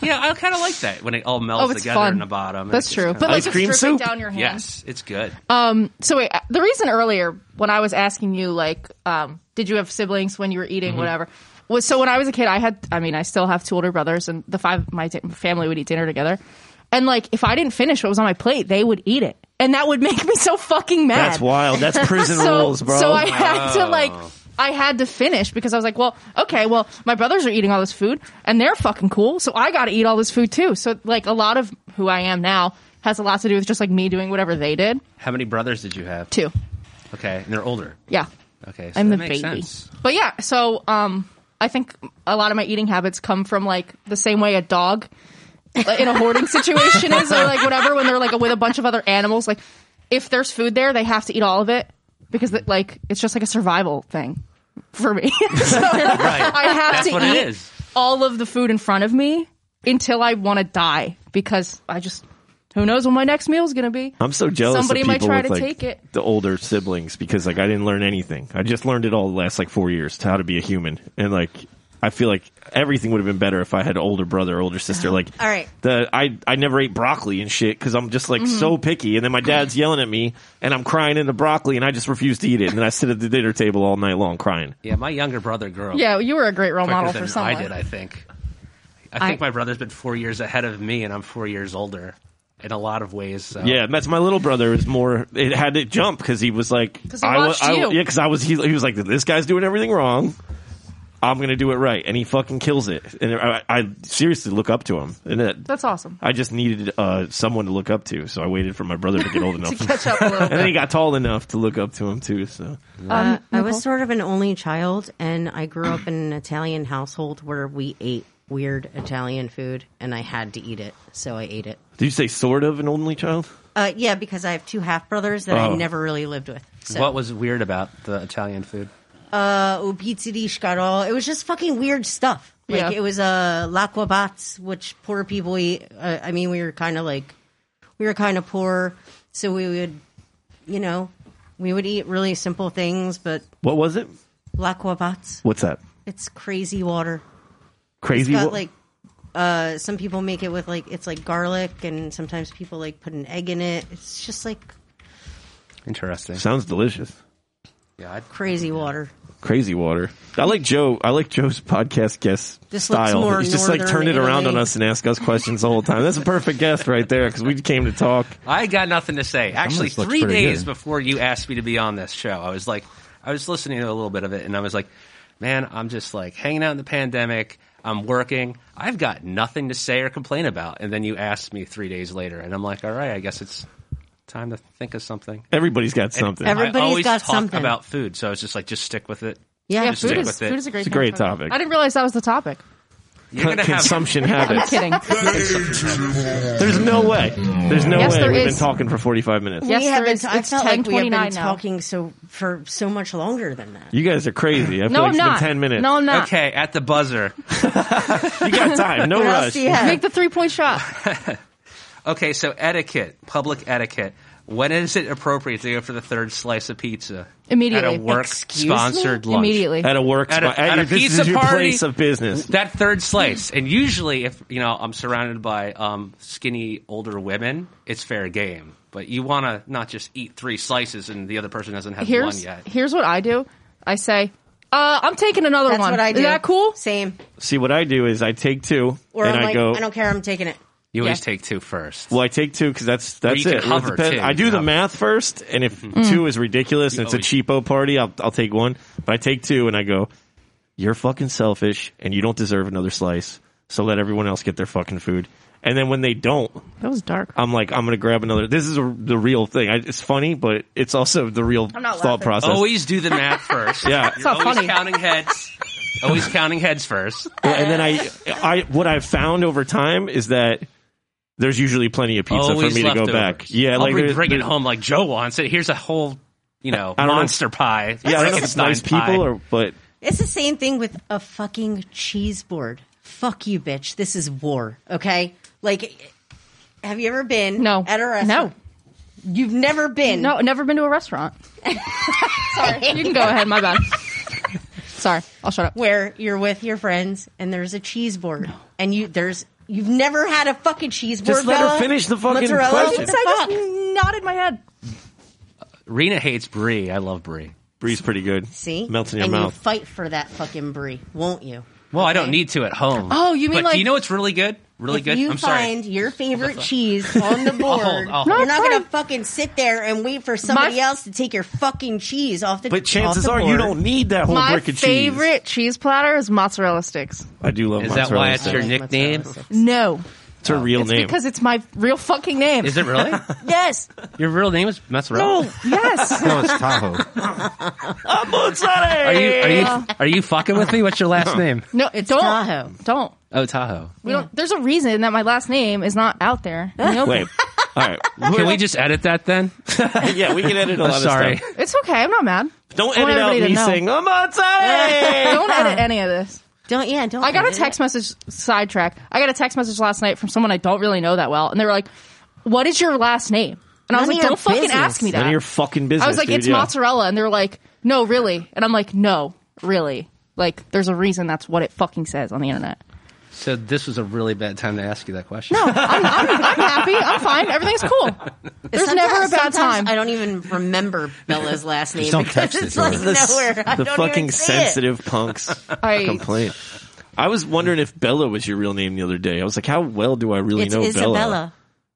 yeah, I kind of like that when it all melts Oh, it's together fun. in the bottom. That's It's true. kinda- But like Ice just cream dripping soup? down your hand. yes, it's good. So wait, uh, the reason earlier when I was asking you, like, um, did you have siblings when you were eating, whatever, was so when I was a kid, I had, I mean, I still have two older brothers, and the five my di- family would eat dinner together, and like if I didn't finish what was on my plate, they would eat it, and that would make me so fucking mad. That's wild. That's prison so, rules, bro. So I had to like I had to finish because I was like, well, okay, well, my brothers are eating all this food and they're fucking cool, so I got to eat all this food too. So like a lot of who I am now has a lot to do with just like me doing whatever they did How many brothers did you have? too. Okay, and they're older. Yeah. Okay, so I'm that the makes baby. sense. But yeah, so um I think a lot of my eating habits come from like the same way a dog like, in a hoarding situation is or like whatever when they're like with a bunch of other animals like if there's food there they have to eat all of it because that like it's just like a survival thing for me. so I have That's to what eat it is. all of the food in front of me until I want to die because I just who knows when my next meal's going to be. I'm so jealous Somebody of might people try with to like take it. the older siblings because like I didn't learn anything. I just learned it all the last like four years to how to be a human and like I feel like everything would have been better if I had an older brother, older sister. Uh-huh. Like, All right. the I I never ate broccoli and shit because I'm just Mm-hmm. like so picky. And then my dad's yelling at me, and I'm crying into broccoli, and I just refuse to eat it. And then I sit at the dinner table all night long crying. Yeah, my younger brother grew up Yeah, you were a great role quicker model than for someone. I did. I think. I think I- my brother's been four years ahead of me, and I'm four years older in a lot of ways. So. Yeah, that's my little brother is more. It had to jump because he was like, 'Cause he I wa- watched I, you. yeah, because I was. He, he was like, this guy's doing everything wrong. I'm gonna do it right, and he fucking kills it. And I, I seriously look up to him. And it, That's awesome. I just needed uh, someone to look up to, so I waited for my brother to get old enough, to and catch up a little bit. then he got tall enough to look up to him too. So Uh, I was sort of an only child, and I grew up in an Italian household where we ate weird Italian food, and I had to eat it, so I ate it. Did you say sort of an only child? Uh, yeah, because I have two half brothers that Oh. I never really lived with. So. What was weird about the Italian food? uh, pizza di Scarol. It was just fucking weird stuff. Like Yeah. it was uh, l'acquabats, which poor people eat. Uh, I mean, we were kind of like, we were kind of poor, so we would, you know, we would eat really simple things, but What was it? l'acquabats, What's that? it's crazy water. Crazy. It's wo- got like, uh, some people make it with like, it's like garlic, and sometimes people like put an egg in it. It's just like Interesting. Sounds delicious. Yeah, I'd- crazy water. Crazy water. I like Joe. I like Joe's podcast guest This looks style. more He's just like northern turned it around Italy. on us and asked us questions the whole time. That's a perfect guest right there because we came to talk. I got nothing to say. Actually, looks three pretty days good. before you asked me to be on this show, I was like, I was listening to a little bit of it, and I was like, man, I'm just like hanging out in the pandemic. I'm working. I've got nothing to say or complain about. And then you asked me three days later, and I'm like, all right, I guess it's time to think of something. Everybody's got something. every- It's Everybody's I always got talk something. about food, so I was just like, just stick with it. Yeah, Yeah, Just food stick is, with it. food is a great, a great topic. topic. I didn't realize that was the topic. You're gonna have Consumption I'm habits. kidding. There's no way. There's no Yes, way there we've is. been talking for 45 minutes. Yes, we there have been. is. t- I It's felt like we have 10:29 been now. talking so for so much longer than that. You guys are crazy. I feel No, like I'm it's not. been 10 minutes. No, I'm not. Okay, at the buzzer. You got time. No What else rush. do you have? Make the three point shot. Okay, so etiquette, public etiquette. When is it appropriate to go for the third slice of pizza? Immediately. At a work Excuse sponsored lunch. Immediately. At a work At a- spot. At at a your- this pizza is your party. place of business. That third slice. And usually if you know, I'm surrounded by um, skinny older women, it's fair game. But you wanna not just eat three slices and the other person hasn't had one Here's yet. here's what I do. I say, uh, I'm taking another That's one. what I do. Is that cool? Same. See, what I do is I take two Or and I'm I like, go. I don't care. I'm taking it. You always Yeah. take two first. Well, I take two because that's that's you can it. hover, It depends- too. I You do can the hover. math first, and if two is ridiculous and it's a always- cheapo party, I'll I'll take one. But I take two, and I go, "You're fucking selfish, and you don't deserve another slice. So let everyone else get their fucking food." And then when they don't, That was dark. I'm like, "I'm gonna grab another." This is a, the real thing. I, it's funny, but it's also the real not thought laughing. process. always do the math first. Yeah. You're It's not always funny. counting heads. always counting heads first. Yeah, and then I, I, what I've found over time is that there's usually plenty of pizza Always for me to go leftovers. back. Yeah, I'll like bring, there- bring it there- home like Joe wants it. Here's a whole, you know, I don't know. monster pie. Yeah, I don't know if it's nice Frankenstein people pie. or, but It's the same thing with a fucking cheese board. Fuck you, bitch. This is war. Okay. Like, have you ever been? No. At a restaurant. No. You've never been. No, never been to a restaurant. Sorry. You can go ahead, my bad. Sorry. I'll shut up. Where you're with your friends and there's a cheese board and you there's you've never had a fucking cheese board. Just let her Bella? finish the fucking Mozzarella? question. What I the just fuck? nodded my head. Rena hates brie. I love brie. Bree's pretty good. See, melts in your and mouth. You fight for that fucking brie, won't you? Well, I don't need to at home. Oh, you mean but like- do you know what's really good? really if good. you I'm find sorry. your favorite cheese on the board, I'll- you're not No, going it's to fucking sit there and wait for somebody My- else to take your fucking cheese off the. But chances off are the you board. don't need that whole My brick of cheese. favorite cheese platter is mozzarella sticks. I do love Is that mozzarella why it's sticks. your Like nickname? mozzarella sticks. No, It's her real name. because it's my real fucking name. Oh, Is it really? Yes, Your real name is mozzarella. Yes. No, it's Tahoe. Are you are you are you fucking with me? What's your last name? No, It's don't. Tahoe. Don't. Oh, Tahoe. We don't. There's a reason that my last name is not out there. in the open. Wait. All right. Can we just edit that then? yeah, we can edit a lot Sorry. of stuff. It's okay. I'm not mad. Don't I want edit out everybody to me know. saying, "Oh, I'm outside. Don't edit any of this. don't. Yeah, don't. I got a edit it. text message sidetrack. I got a text message last night from someone I don't really know that well, and they were like, "What is your last name?" And I was None of like, your "Don't fucking business. ask me None that." of your fucking business. I was like, dude, "It's yeah. mozzarella," and they were like, "No, really?" And I'm like, "No, really." Like, there's a reason that's what it fucking says on the internet. So this was a really bad time to ask you that question. No, I'm, I'm, I'm happy. I'm fine. Everything's cool. There's Sometimes- never a bad sometimes time. I don't even remember Bella's last name don't because text it it's to like her. The, s- nowhere. I the don't fucking even say it. sensitive punks I- complain. I was wondering if Bella was your real name the other day. I was like, how well do I really It's know Bella? Isabella.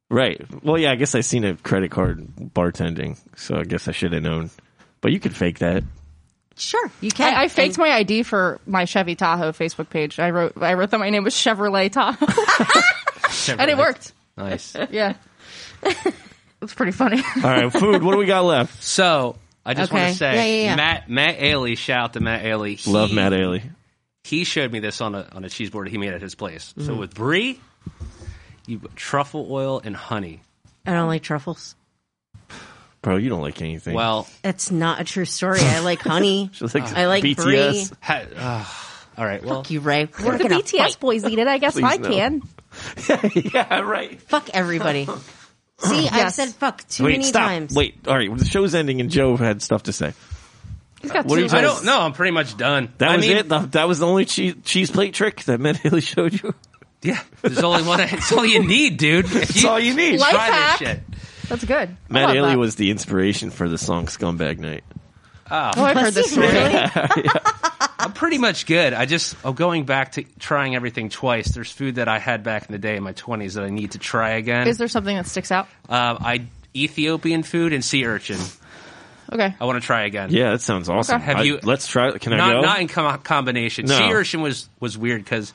Right. Well, yeah, I guess I seen a credit card bartending, so I guess I should have known. But you could fake that. Sure, you can. I, I faked my ID for my Chevy Tahoe Facebook page. I wrote I wrote that my name was Chevrolet Tahoe, and it worked. Nice. Yeah, it's pretty funny. All right, food. What do we got left? So I just want Okay. to say, Yeah, yeah, yeah. Matt Matt Ailey, shout out to Matt Ailey. He- Love Matt Ailey. He showed me this on a on a cheese board he made at his place. So with brie, you put truffle oil and honey. I don't like truffles. Bro, you don't like anything. Well, That's not a true story. I like honey. She likes I like BTS. brie. ha, ah, all right. Well, Fuck you, Ray. We're the gonna BTS boys eat it. I guess I no. can. yeah, right. fuck everybody. See, I've Yes. said fuck too Wait, many stop. times. Wait, all right. The show's ending, and Joe had stuff to say. He's got What are two you I talking- don't know. I'm pretty much done. That I was mean, it. The- that was the only cheese, cheese plate trick that Matt Haley showed you. Yeah, there's only one. It's all you need, dude. It's That's all you need. Life Try hack. this shit. That's good. I Matt love Haley that. was the inspiration for the song "Scumbag Night." Oh, I've heard this story. I'm pretty much good. I just I'm going back to trying everything twice. There's food that I had back in the day in my 20s that I need to try again. Is there something that sticks out? Uh, I Ethiopian food and sea urchin. Okay. I want to try again. Yeah, that sounds awesome. Have I- you- let's try. it. Can I go? not not in com- combination. No. Sea urchin was was weird because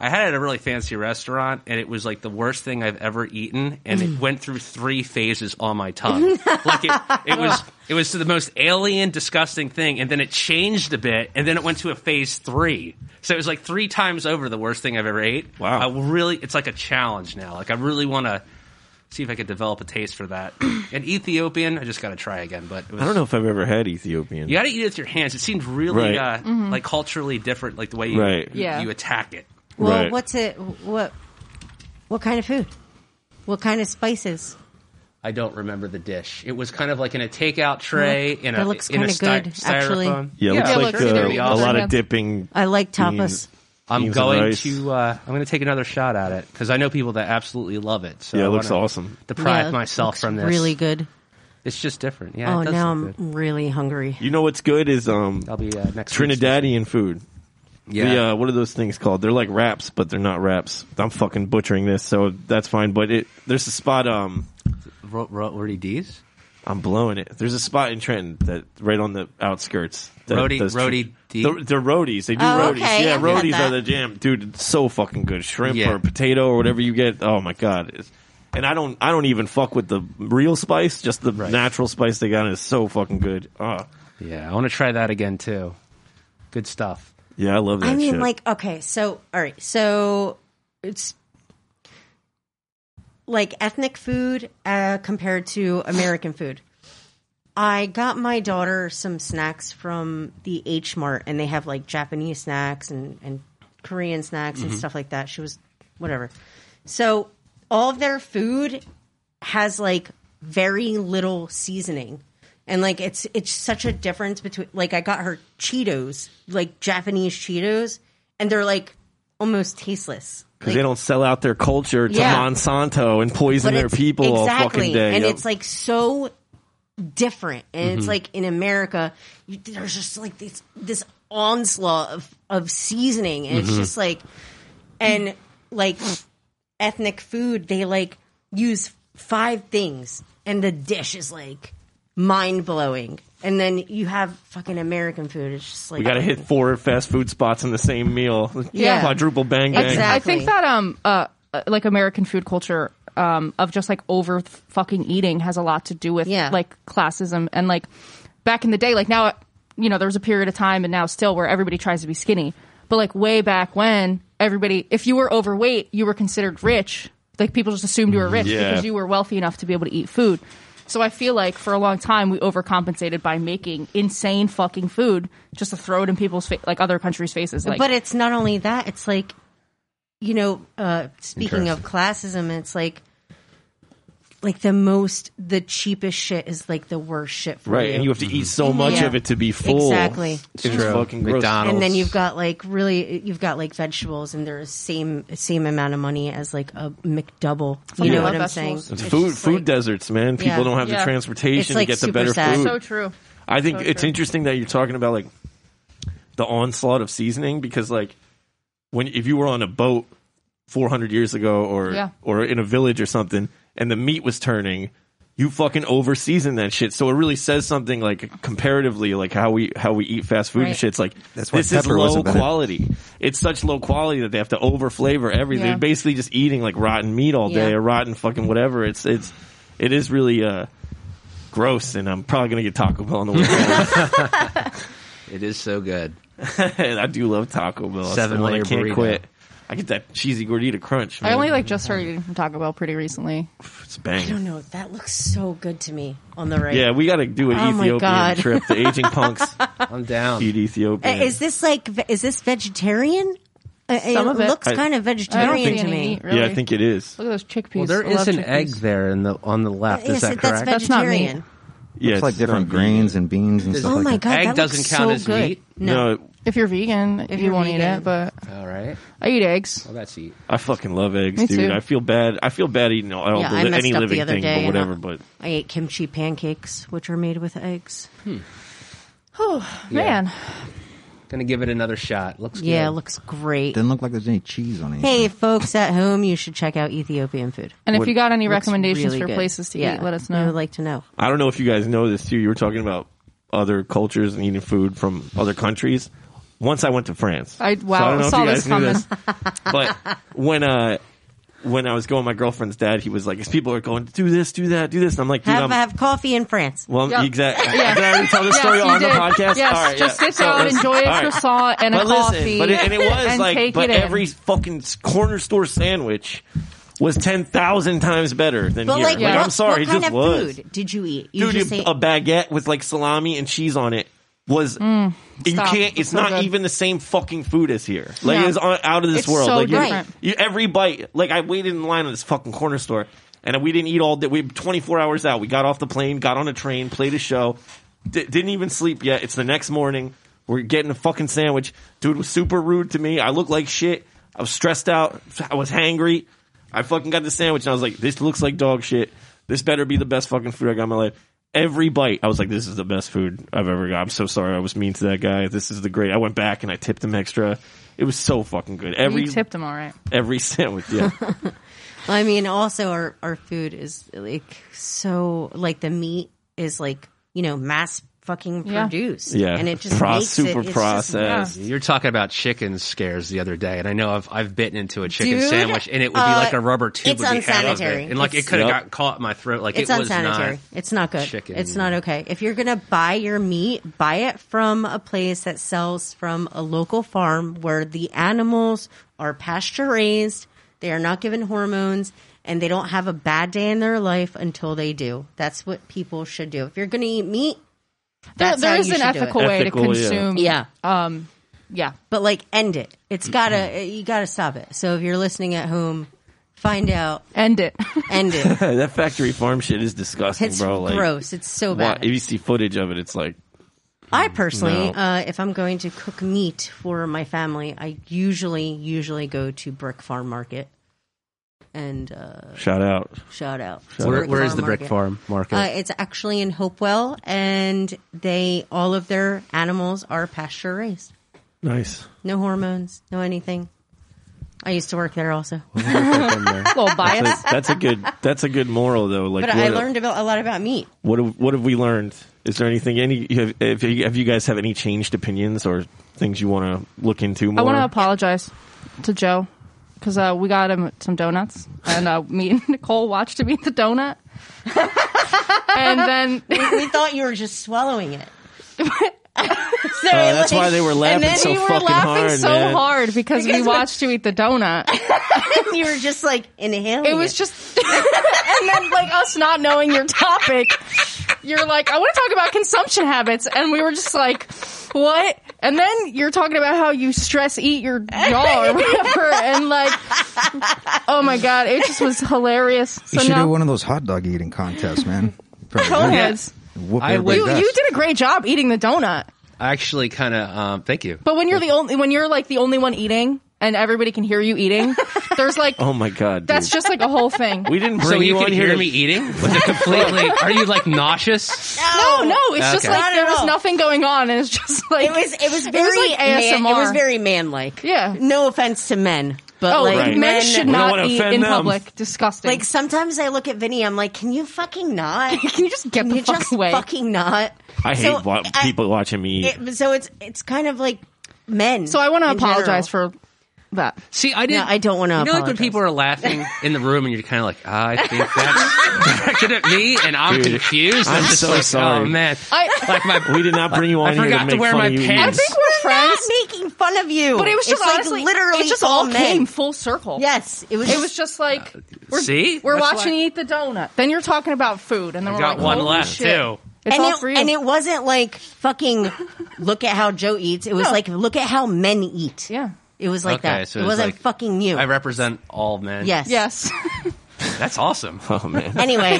I had it at a really fancy restaurant and it was like the worst thing I've ever eaten, and it went through three phases on my tongue. like it, it was it was the most alien, disgusting thing, and then it changed a bit, and then it went to a phase three. So it was like three times over the worst thing I've ever ate. Wow. I really, it's like a challenge now. Like I really want to. See if I could develop a taste for that. And Ethiopian, I just got to try again. But it was, I don't know if I've ever had Ethiopian. you got to eat it with your hands. It seemed Right. really uh, Mm-hmm. like culturally different, like the way you Right. you, Yeah. you attack it. Well, Right. what's it? What? What kind of food? What kind of spices? I don't remember the dish. It was kind of like in a takeout tray in a that looks in a kinda sty- good, styrofoam. actually. Yeah, it Yeah, looks looks like uh, very a, awesome. lot Yeah. of dipping. I like tapas. beans- I'm beans and going rice. to uh, I'm going to take another shot at it because I know people that absolutely love it. So Yeah, it I looks wanna awesome. Deprive Yeah, myself looks from this. Really good. it's just different. Yeah. Oh, it does now I'm look good. really hungry. You know what's good is um I'll be uh, next week's- Trinidadian food. Yeah. The, uh, what are those things called? They're like wraps, but they're not wraps. I'm fucking butchering this, so that's fine. But it there's a spot. Um, Ro- Ro- Rody D's. I'm blowing it. There's a spot in Trenton that right on the outskirts. That, Rody- does- Rody D? They're, they're roadies. They do Oh, roadies. okay. Yeah, I've had roadies that. are the jam, dude. It's so fucking good. Shrimp Yeah. or potato or whatever you get. Oh my god. It's- and I don't, I don't even fuck with the real spice. Just the natural spice they got is so fucking good. Ah, Yeah, I want to try that again too. Good stuff. yeah, I love that. I mean, shit. like, okay, so all right, so it's like ethnic food uh, compared to American food. I got my daughter some snacks from the H Mart, and they have like Japanese snacks and and Korean snacks and stuff like that. She was whatever. So all of their food has like very little seasoning. And like it's it's such a difference between like I got her Cheetos, like Japanese Cheetos, and they're like almost tasteless. Because they don't sell out their culture to Yeah. Monsanto and poison their it's- people all exactly. fucking day. And Yep. Mm-hmm. it's like so different. And it's like in America, you, there's just like this this Mm-hmm. onslaught of of seasoning, and it's just like and like ethnic food, they like use five things, and the dish is like mind blowing. And then you have fucking American food. It's just like We got to hit four fast food spots in the same meal. Yeah. Quadruple bang bang. Exact- I think that um uh uh, like American food culture um of just like over f- fucking eating has a lot to do with Yeah. like classism and like back in the day like now you know there was a period of time and now still where everybody tries to be skinny but like way back when everybody if you were overweight you were considered rich like people just assumed you were rich Yeah. because you were wealthy enough to be able to eat food so I feel like for a long time we overcompensated by making insane fucking food just to throw it in people's fa- like other countries' faces. Like, but it's not only that it's like you know uh speaking of Interesting. classism it's like like the most the cheapest shit is like the worst shit for Right, you. and you have to eat so much Yeah. of it to be full. Exactly. It's fucking gross. McDonald's. and then you've got like really you've got like vegetables and they're same same amount of money as like a McDouble. You Yeah. know I what love I'm saying? vegetables. It's It's food, just food like- deserts, man. People Yeah. don't have the Yeah. It's, transportation like, to get the super better sad. food. so true. I think So it's true. interesting that you're talking about like the onslaught of seasoning because like when if you were on a boat 400 years ago or Yeah. or in a village or something and the meat was turning you fucking over season that shit so it really says something like comparatively like how we how we eat fast food and Right. shit it's like That's why this is pepper low wasn't better. quality it's such low quality that they have to over flavor everything Yeah. they're basically just eating like rotten meat all day Yeah. or rotten fucking whatever it's it's it is really uh gross and i'm probably gonna get taco bell on the way home. It is so good. And I do love Taco Bell. That's Seven the one I layer can't burrito. quit. I get that cheesy gordita crunch. Man. I only like just started eating from Taco Bell pretty recently. it's I don't bang. know. That looks so good to me on the right. Yeah, we got to do an Oh my Ethiopian God. trip. The aging punks I'm down. eat Uh, Ethiopian. Is this like ve- is this vegetarian? Uh, Some it of it. looks I- kind of I don't vegetarian see to any me. meat, really. Yeah, I think it is. Look at those chickpeas. Well, there I love is an chickpeas. egg there in the on the left. Yes, is that that's correct? That's not meat. vegetarian. Yeah, It's like different not vegan. grains and beans and stuff oh like my that. god, Egg that doesn't looks count so as good. meat. No. If you're vegan, if you you're won't eat vegan. it, but All right. I eat eggs. Well, that's eat. I fucking love eggs, Me dude. too. I feel bad. I feel bad eating all, all Yeah, the, I li- messed any up the living other thing, day but and whatever. I- But I ate kimchi pancakes, which are made with eggs. Man, Gonna give it another shot. Looks Yeah, good. looks great. Didn't look like there's any cheese on it. Hey, folks at home, you should check out Ethiopian food. and if What- you got any Looks recommendations really for good. places to Yeah, eat, let us I know. would like to know. I don't know if you guys know this too. You were talking about other cultures and eating food from other countries. Once I went to France. I- wow, don't I know if saw you this guys knew but when uh when I was going, my girlfriend's dad, he was like, "His people are going do this, do that, do this," and I'm like, "Dude, Have, I'm." have coffee in France. well, Yep. exactly. Did I already tell this story Yes, you on the did. podcast? Yes, All right, just yeah. sit So down, it's- enjoy a all right. croissant and but a listen, coffee. but it, and it was and like, take but it in. every fucking corner store sandwich was ten thousand times better than But here. like, Yeah. what, I'm sorry, what it kind just of was. food did you eat? You Dude, just a, ate- a baguette with like salami and cheese on it was you Mm, stop. can't. It's That's so not good. even the same fucking food as here. Like No. it's on, out of this It's world. so like you- different. You, every bite. Like I waited in line at this fucking corner store, and we didn't eat all day. We twenty four hours out. We got off the plane, got on a train, played a show, di- didn't even sleep yet. It's the next morning. We're getting a fucking sandwich. Dude was super rude to me. I looked like shit. I was stressed out. I was hangry. I fucking got the sandwich and I was like, this looks like dog shit. This better be the best fucking food I got in my life. Every bite, I was like, this is the best food I've ever got. I'm so sorry I was mean to that guy. This is the great. I went back and I tipped him extra. It was so fucking good. Every you tipped them all right. every sandwich, yeah. I mean, also our our food is like so like the meat is like you know mass fucking Yeah. produced. Yeah. and it just Pro- makes super it, it's just- processed. You're talking about chicken scares the other day, and I know I've I've bitten into a chicken Dude, sandwich, and it would uh, be like a rubber tube. it's would be out of unsanitary. it. and like it It's- could have Yep. got caught in my throat. Like it's it was unsanitary. it's not good. chicken. It's not okay. If you're gonna buy your meat, buy it from a place that sells from a local farm where the animals are pasture raised. They are not given hormones, and they don't have a bad day in their life until they do. That's what people should do. If you're gonna eat meat, There, That's there how is you an should do it. ethical way Ethical, to yeah. consume. um, yeah. yeah. but like end it. It's gotta you gotta stop it. So if you're listening at home, find out, End it. end it. that factory farm shit is disgusting, It's bro. Like, gross. It's so why- bad. if you see footage of it, it's like I personally, No. uh, if I'm going to cook meat for my family, I usually usually go to Brick Farm Market. And uh, shout out. shout out. Not. to Where, where is Farm the brick Market. farm market? Uh, it's actually in Hopewell, and they all of their animals are pasture raised. Nice. No hormones, no anything. I used to work there also. little bias. That's a good. That's a good moral though. Like, But what, I learned about, a lot about meat. what have, what have we learned? Is there anything? Any have, have you have you guys have any changed opinions or things you want to look into more? I want to apologize to Joe because uh, we got him some donuts, and uh, me and Nicole watched him eat the donut. and then We thought you were just swallowing it. so Oh, that's why they were laughing and then so we were fucking laughing hard, so man. hard because we Because we- watched you eat the donut. you were just like inhaling. It was just, and then like us not knowing your topic, you're like, I want to talk about consumption habits, and we were just like, what? And then you're talking about how you stress eat your jaw or whatever, and like, oh my god, it just was hilarious. You So should now, do one of those hot dog eating contests, man. Probably coneheads, whoop I everybody's would- you you ass. did a great job eating the donut, I actually kind of um, thank you. but when you're the only, when you're like the only one eating, and everybody can hear you eating, there's like, Oh my god, that's dude. just like a whole thing. we didn't bring So you on can here. hear to- me eating with a completely. Are you like nauseous? No, no, it's just Okay. like Oh. Not at there was all. nothing going on, and it's just like It was. It was very like man- ASMR. it was very manlike. Yeah. No offense to men, but Oh, like Right. men men should We don't not wanna eat offend in them. public. Disgusting. Like sometimes I look at Vinny, I'm like, can you fucking not? can you just get Can the you fuck just away? fucking not? I So, hate wa- I- people watching me eat. It, so it's it's kind of like men. so I want to in apologize general. for that. See, I didn't. No, I don't wanna You know, like when apologize. people are laughing in the room, and you're kind of like, "Ah, I think that's directed at me, and I'm Dude, confused. I'm just so like, sorry. Oh man, I like my we did not bring you on I here to forgot to make wear fun my of you. pants. I think we're not friends, making fun of you. but it was just it's honestly like literally it just all all men. came full circle. Yes, it was. It was just like we're, Uh, see? we're That's watching why- you eat the donut. Then you're talking about food, and then I we're got like, one holy left shit. too. It's and all it, for you. and it wasn't like fucking look at how Joe eats. It was No. like look at how men eat. yeah. It was like Okay, that. so it it's wasn't like- fucking you. I represent all men. yes. Yes. that's awesome. Oh man, Anyway,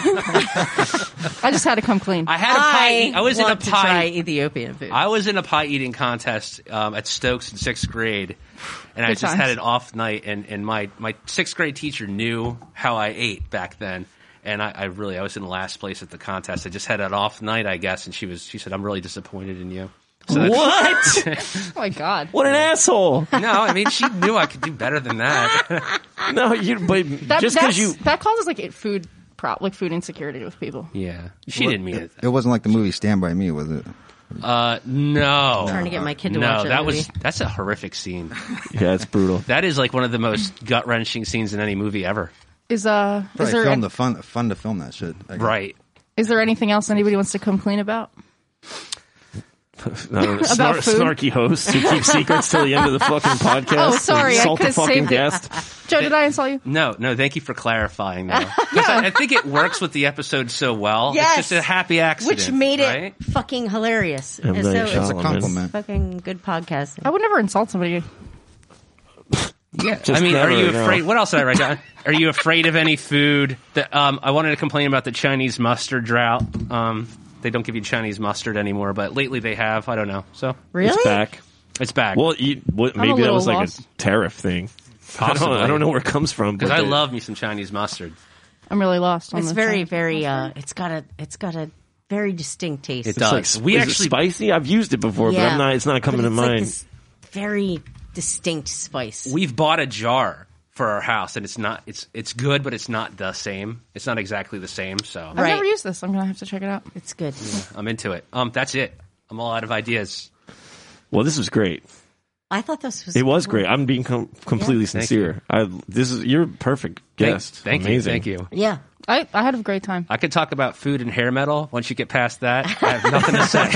I just had to come clean. I had a I, pie. I was in a want to try pie Ethiopian food. I was in a pie eating contest um, at Stokes in sixth grade, and I Good just times. had an off night. And, and my, my sixth grade teacher knew how I ate back then, and I, I really I was in last place at the contest. I just had an off night, I guess, and she was she said, "I'm really disappointed in you." So that's- what? oh my god. What an asshole! No, I mean she knew I could do better than that. No, you. But That, just because that's- you that causes like it food prop like food insecurity with people. yeah, she didn't mean it. It wasn't like the movie Stand by Me, was it? Uh, no, trying to get my kid to no, watch that that was movie. that's a horrific scene. Yeah, it's brutal. That is like one of the most gut wrenching scenes in any movie ever. Is uh is Probably there filmed the fun, fun to film that shit. I guess. Right. is there anything else anybody wants to come clean about? No, snar- food? snarky hosts who keep secrets till the end of the fucking podcast. Oh, sorry, I Insult the could've fucking saved it. guest. Joe, did I insult you? No, no, thank you for clarifying though. 'Cause I, I think it works with the episode so well. Yes. It's just a happy accident. which made it right? fucking hilarious. I'm And very so It's it's a Solomon. compliment. fucking good I podcasting. would never insult somebody. Yeah. Just I mean, are never, you no. afraid what else did I write down? are you afraid of any food? That um I wanted to complain about the Chinese mustard drought. Um they don't give you Chinese mustard anymore, but lately they have. I don't know. So Really? It's back. it's back. Well, you, what, I'm a maybe that little was like lost. a tariff thing. I Possibly. don't, I don't know where it comes from, but because I they- love me some Chinese mustard. I'm really lost. On It's this very, one. very. uh It's got a. It's got a very distinct taste. It It's like, does. we is it actually spicy. I've used it before, but I'm not. It's not coming But to it's like mind. this very distinct spice. we've bought a jar for our house and it's not it's it's good but it's not the same. It's not exactly the same, so I've Right. never used this. I'm gonna have to check it out. it's good. I'm into it. Um that's it. I'm all out of ideas. well, this was great. I thought this was. It was great. I'm being com- completely Thank sincere. I, this is you're a perfect Thank- guest. Thank, Amazing. you. Thank you. Yeah. I, I had a great time. I could talk about food and hair metal. Once you get past that, I have nothing to say.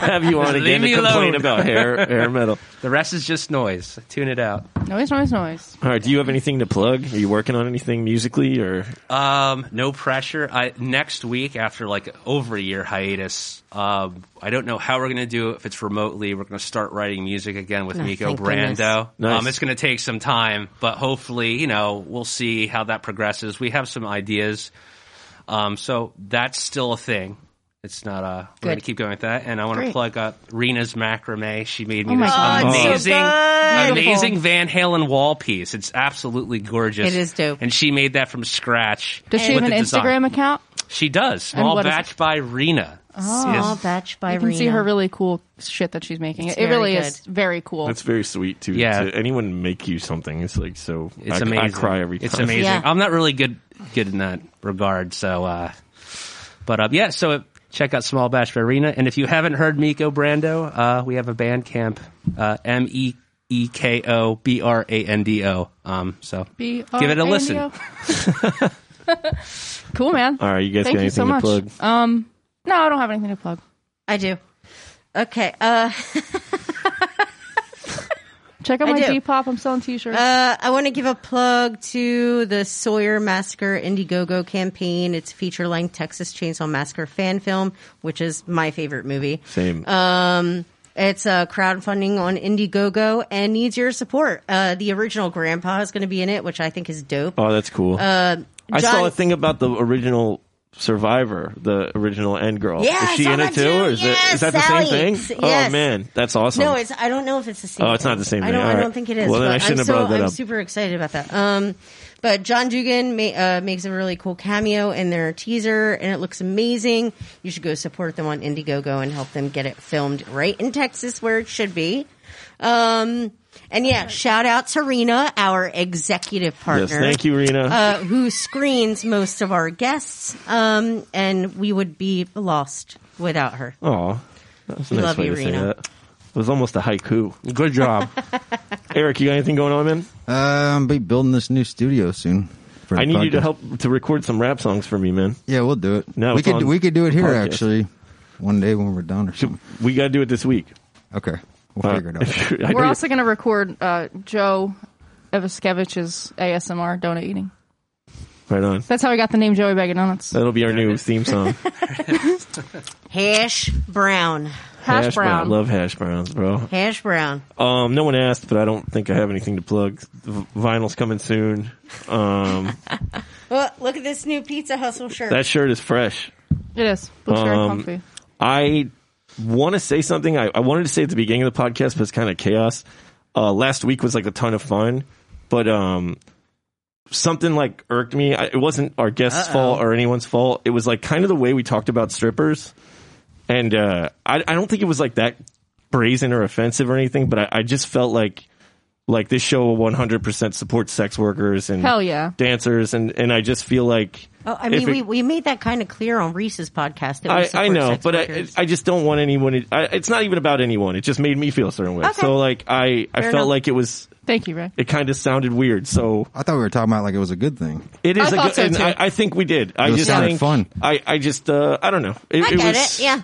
Have you on Leave again to me complain alone. about hair hair metal? the rest is just noise. Tune it out. Noise, noise, noise. All right. Do you have anything to plug? Are you working on anything musically or Um, no pressure. I next week after like over a year hiatus. Um, I don't know how we're gonna do it, if it's remotely. We're gonna start writing music again with Oh, Miko thank goodness. Brando. Nice. Um, it's gonna take some time, but hopefully, you know, we'll see how that progresses. We have some ideas. Um, so that's still a thing. It's not uh We're gonna Good. keep going with that, and I want to Great. plug up Rena's macrame. She made me my this God, it's so amazing, good. amazing Van Halen wall piece. It's absolutely gorgeous. It is dope. And she made that from scratch. Does she with have an the design. Instagram account? She does. Small what is Oh. batch by Rena. Small batch by you can see Rena. her really cool shit that she's making. It very really good. is very cool. That's very sweet too. Yeah. To anyone make you something, it's like so. It's I, amazing. I cry every time. It's amazing. Yeah. I'm not really good good in that regard. So, uh, but uh, yeah. So check out Small Bash Arena, and if you haven't heard Miko Brando, uh, we have a band camp. Uh, M E E K O B R A N D O. Um, so give it a listen. B-R-A-N-D-O. cool, man. All right, you guys Thank got you anything so to much. plug? Um, no, I don't have anything to plug. I do. Okay. Uh, Check out I my do. Depop. I'm selling t-shirts. uh, I want to give a plug to the Sawyer Massacre Indiegogo campaign. It's a feature length Texas Chainsaw Massacre fan film, which is my favorite movie. Same. Um, it's uh, crowdfunding on Indiegogo and needs your support. Uh, the original grandpa is going to be in it, which I think is dope. oh, that's cool. I saw uh, John- a thing about the original Survivor, the original End Girl. Yeah, I is she saw in that it too, too. or is Yes, it is that the Sally. same S- thing? yes. Oh man, that's awesome. No, it's. I don't know if it's the same. Oh, it's not the same I thing. don't. I All right. don't think it is. Well, then but I shouldn't am have brought that I'm up. super excited about that. Um, but John Dugan ma- uh, makes a really cool cameo in their teaser, and it looks amazing. You should go support them on Indiegogo and help them get it filmed right in Texas, where it should be. Um, and yeah, shout out to Rena, our executive partner. yes, thank you, Rena. uh, who screens most of our guests, um, and we would be lost without her. Aw, that was a we nice love way you, to say Rena. that. It was almost a haiku. Good job. Eric, you got anything going on, man? Um, be building this new studio soon. for the I need you to podcast. help to record some rap songs for me, man. Yeah, we'll do it. No, we it's could on we could do it here podcast. actually. One day when we're done or something. We got to do it this week. Okay, we'll figure it out. I We're do- also going to record uh, Joe Evaskevich's ASMR donut eating. right on. That's how we got the name Joey Bag of Donuts. That'll be our new theme song. Hash Brown. Hash, brown. Love hash browns, bro. Hash Brown. Um, no one asked, but I don't think I have anything to plug. V- vinyl's coming soon. Um, Well, Oh, look at this new Pizza Hustle shirt. that shirt is fresh. It is. Looks very Um, comfy. I want to say something. I, I wanted to say at the beginning of the podcast, but it's kind of chaos. Uh, last week was like a ton of fun, but um, something like irked me. I, it wasn't our guest's fault or anyone's fault. It was like kind of the way we talked about strippers, and uh, I, I don't think it was like that brazen or offensive or anything. But I, I just felt like like this show 100% supports sex workers and Hell yeah. dancers, and and I just feel like oh, I if mean, it- we, we made that kind of clear on Reese's podcast. That we I, support I know, sex but I, workers. I just don't want anyone. I, it's not even about anyone. It just made me feel a certain way. Okay. So like I, I Fair felt enough. like it was. Thank you, Ray. It kind of sounded weird. So I thought we were talking about like it was a good thing. it I is. a thought good, so, and too. I, I think we did. I It just sounded think fun. I, I just uh, I don't know. It, I get was- it. Yeah.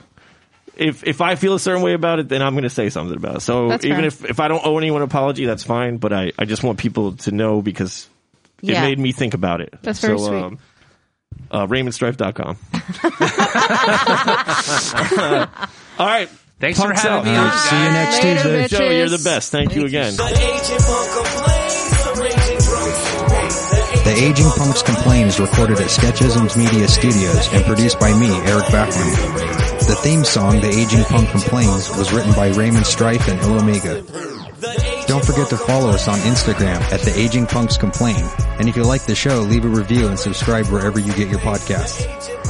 If if I feel a certain way about it, then I'm going to say something about it. So That's even fair. if if I don't owe anyone an apology, that's fine. But I I just want people to know because Yeah. it made me think about it. That's very so, sweet. Um, uh, RaymondStrife.com. All right. Thanks for Punks having out. me on. See you next Later, Tuesday. bitch. Joe, you're the bitches. best. Thank you again. The agent punk complains, the raging drunks in pain. The Aging Punks Complain is recorded at Sketchisms Media Studios and produced by me, Eric Bachman. The theme song, The Aging Punk Complains, was written by Raymond Strife and Il Omega. Don't forget to follow us on Instagram at The Aging Punks Complain. And if you like the show, leave a review and subscribe wherever you get your podcasts.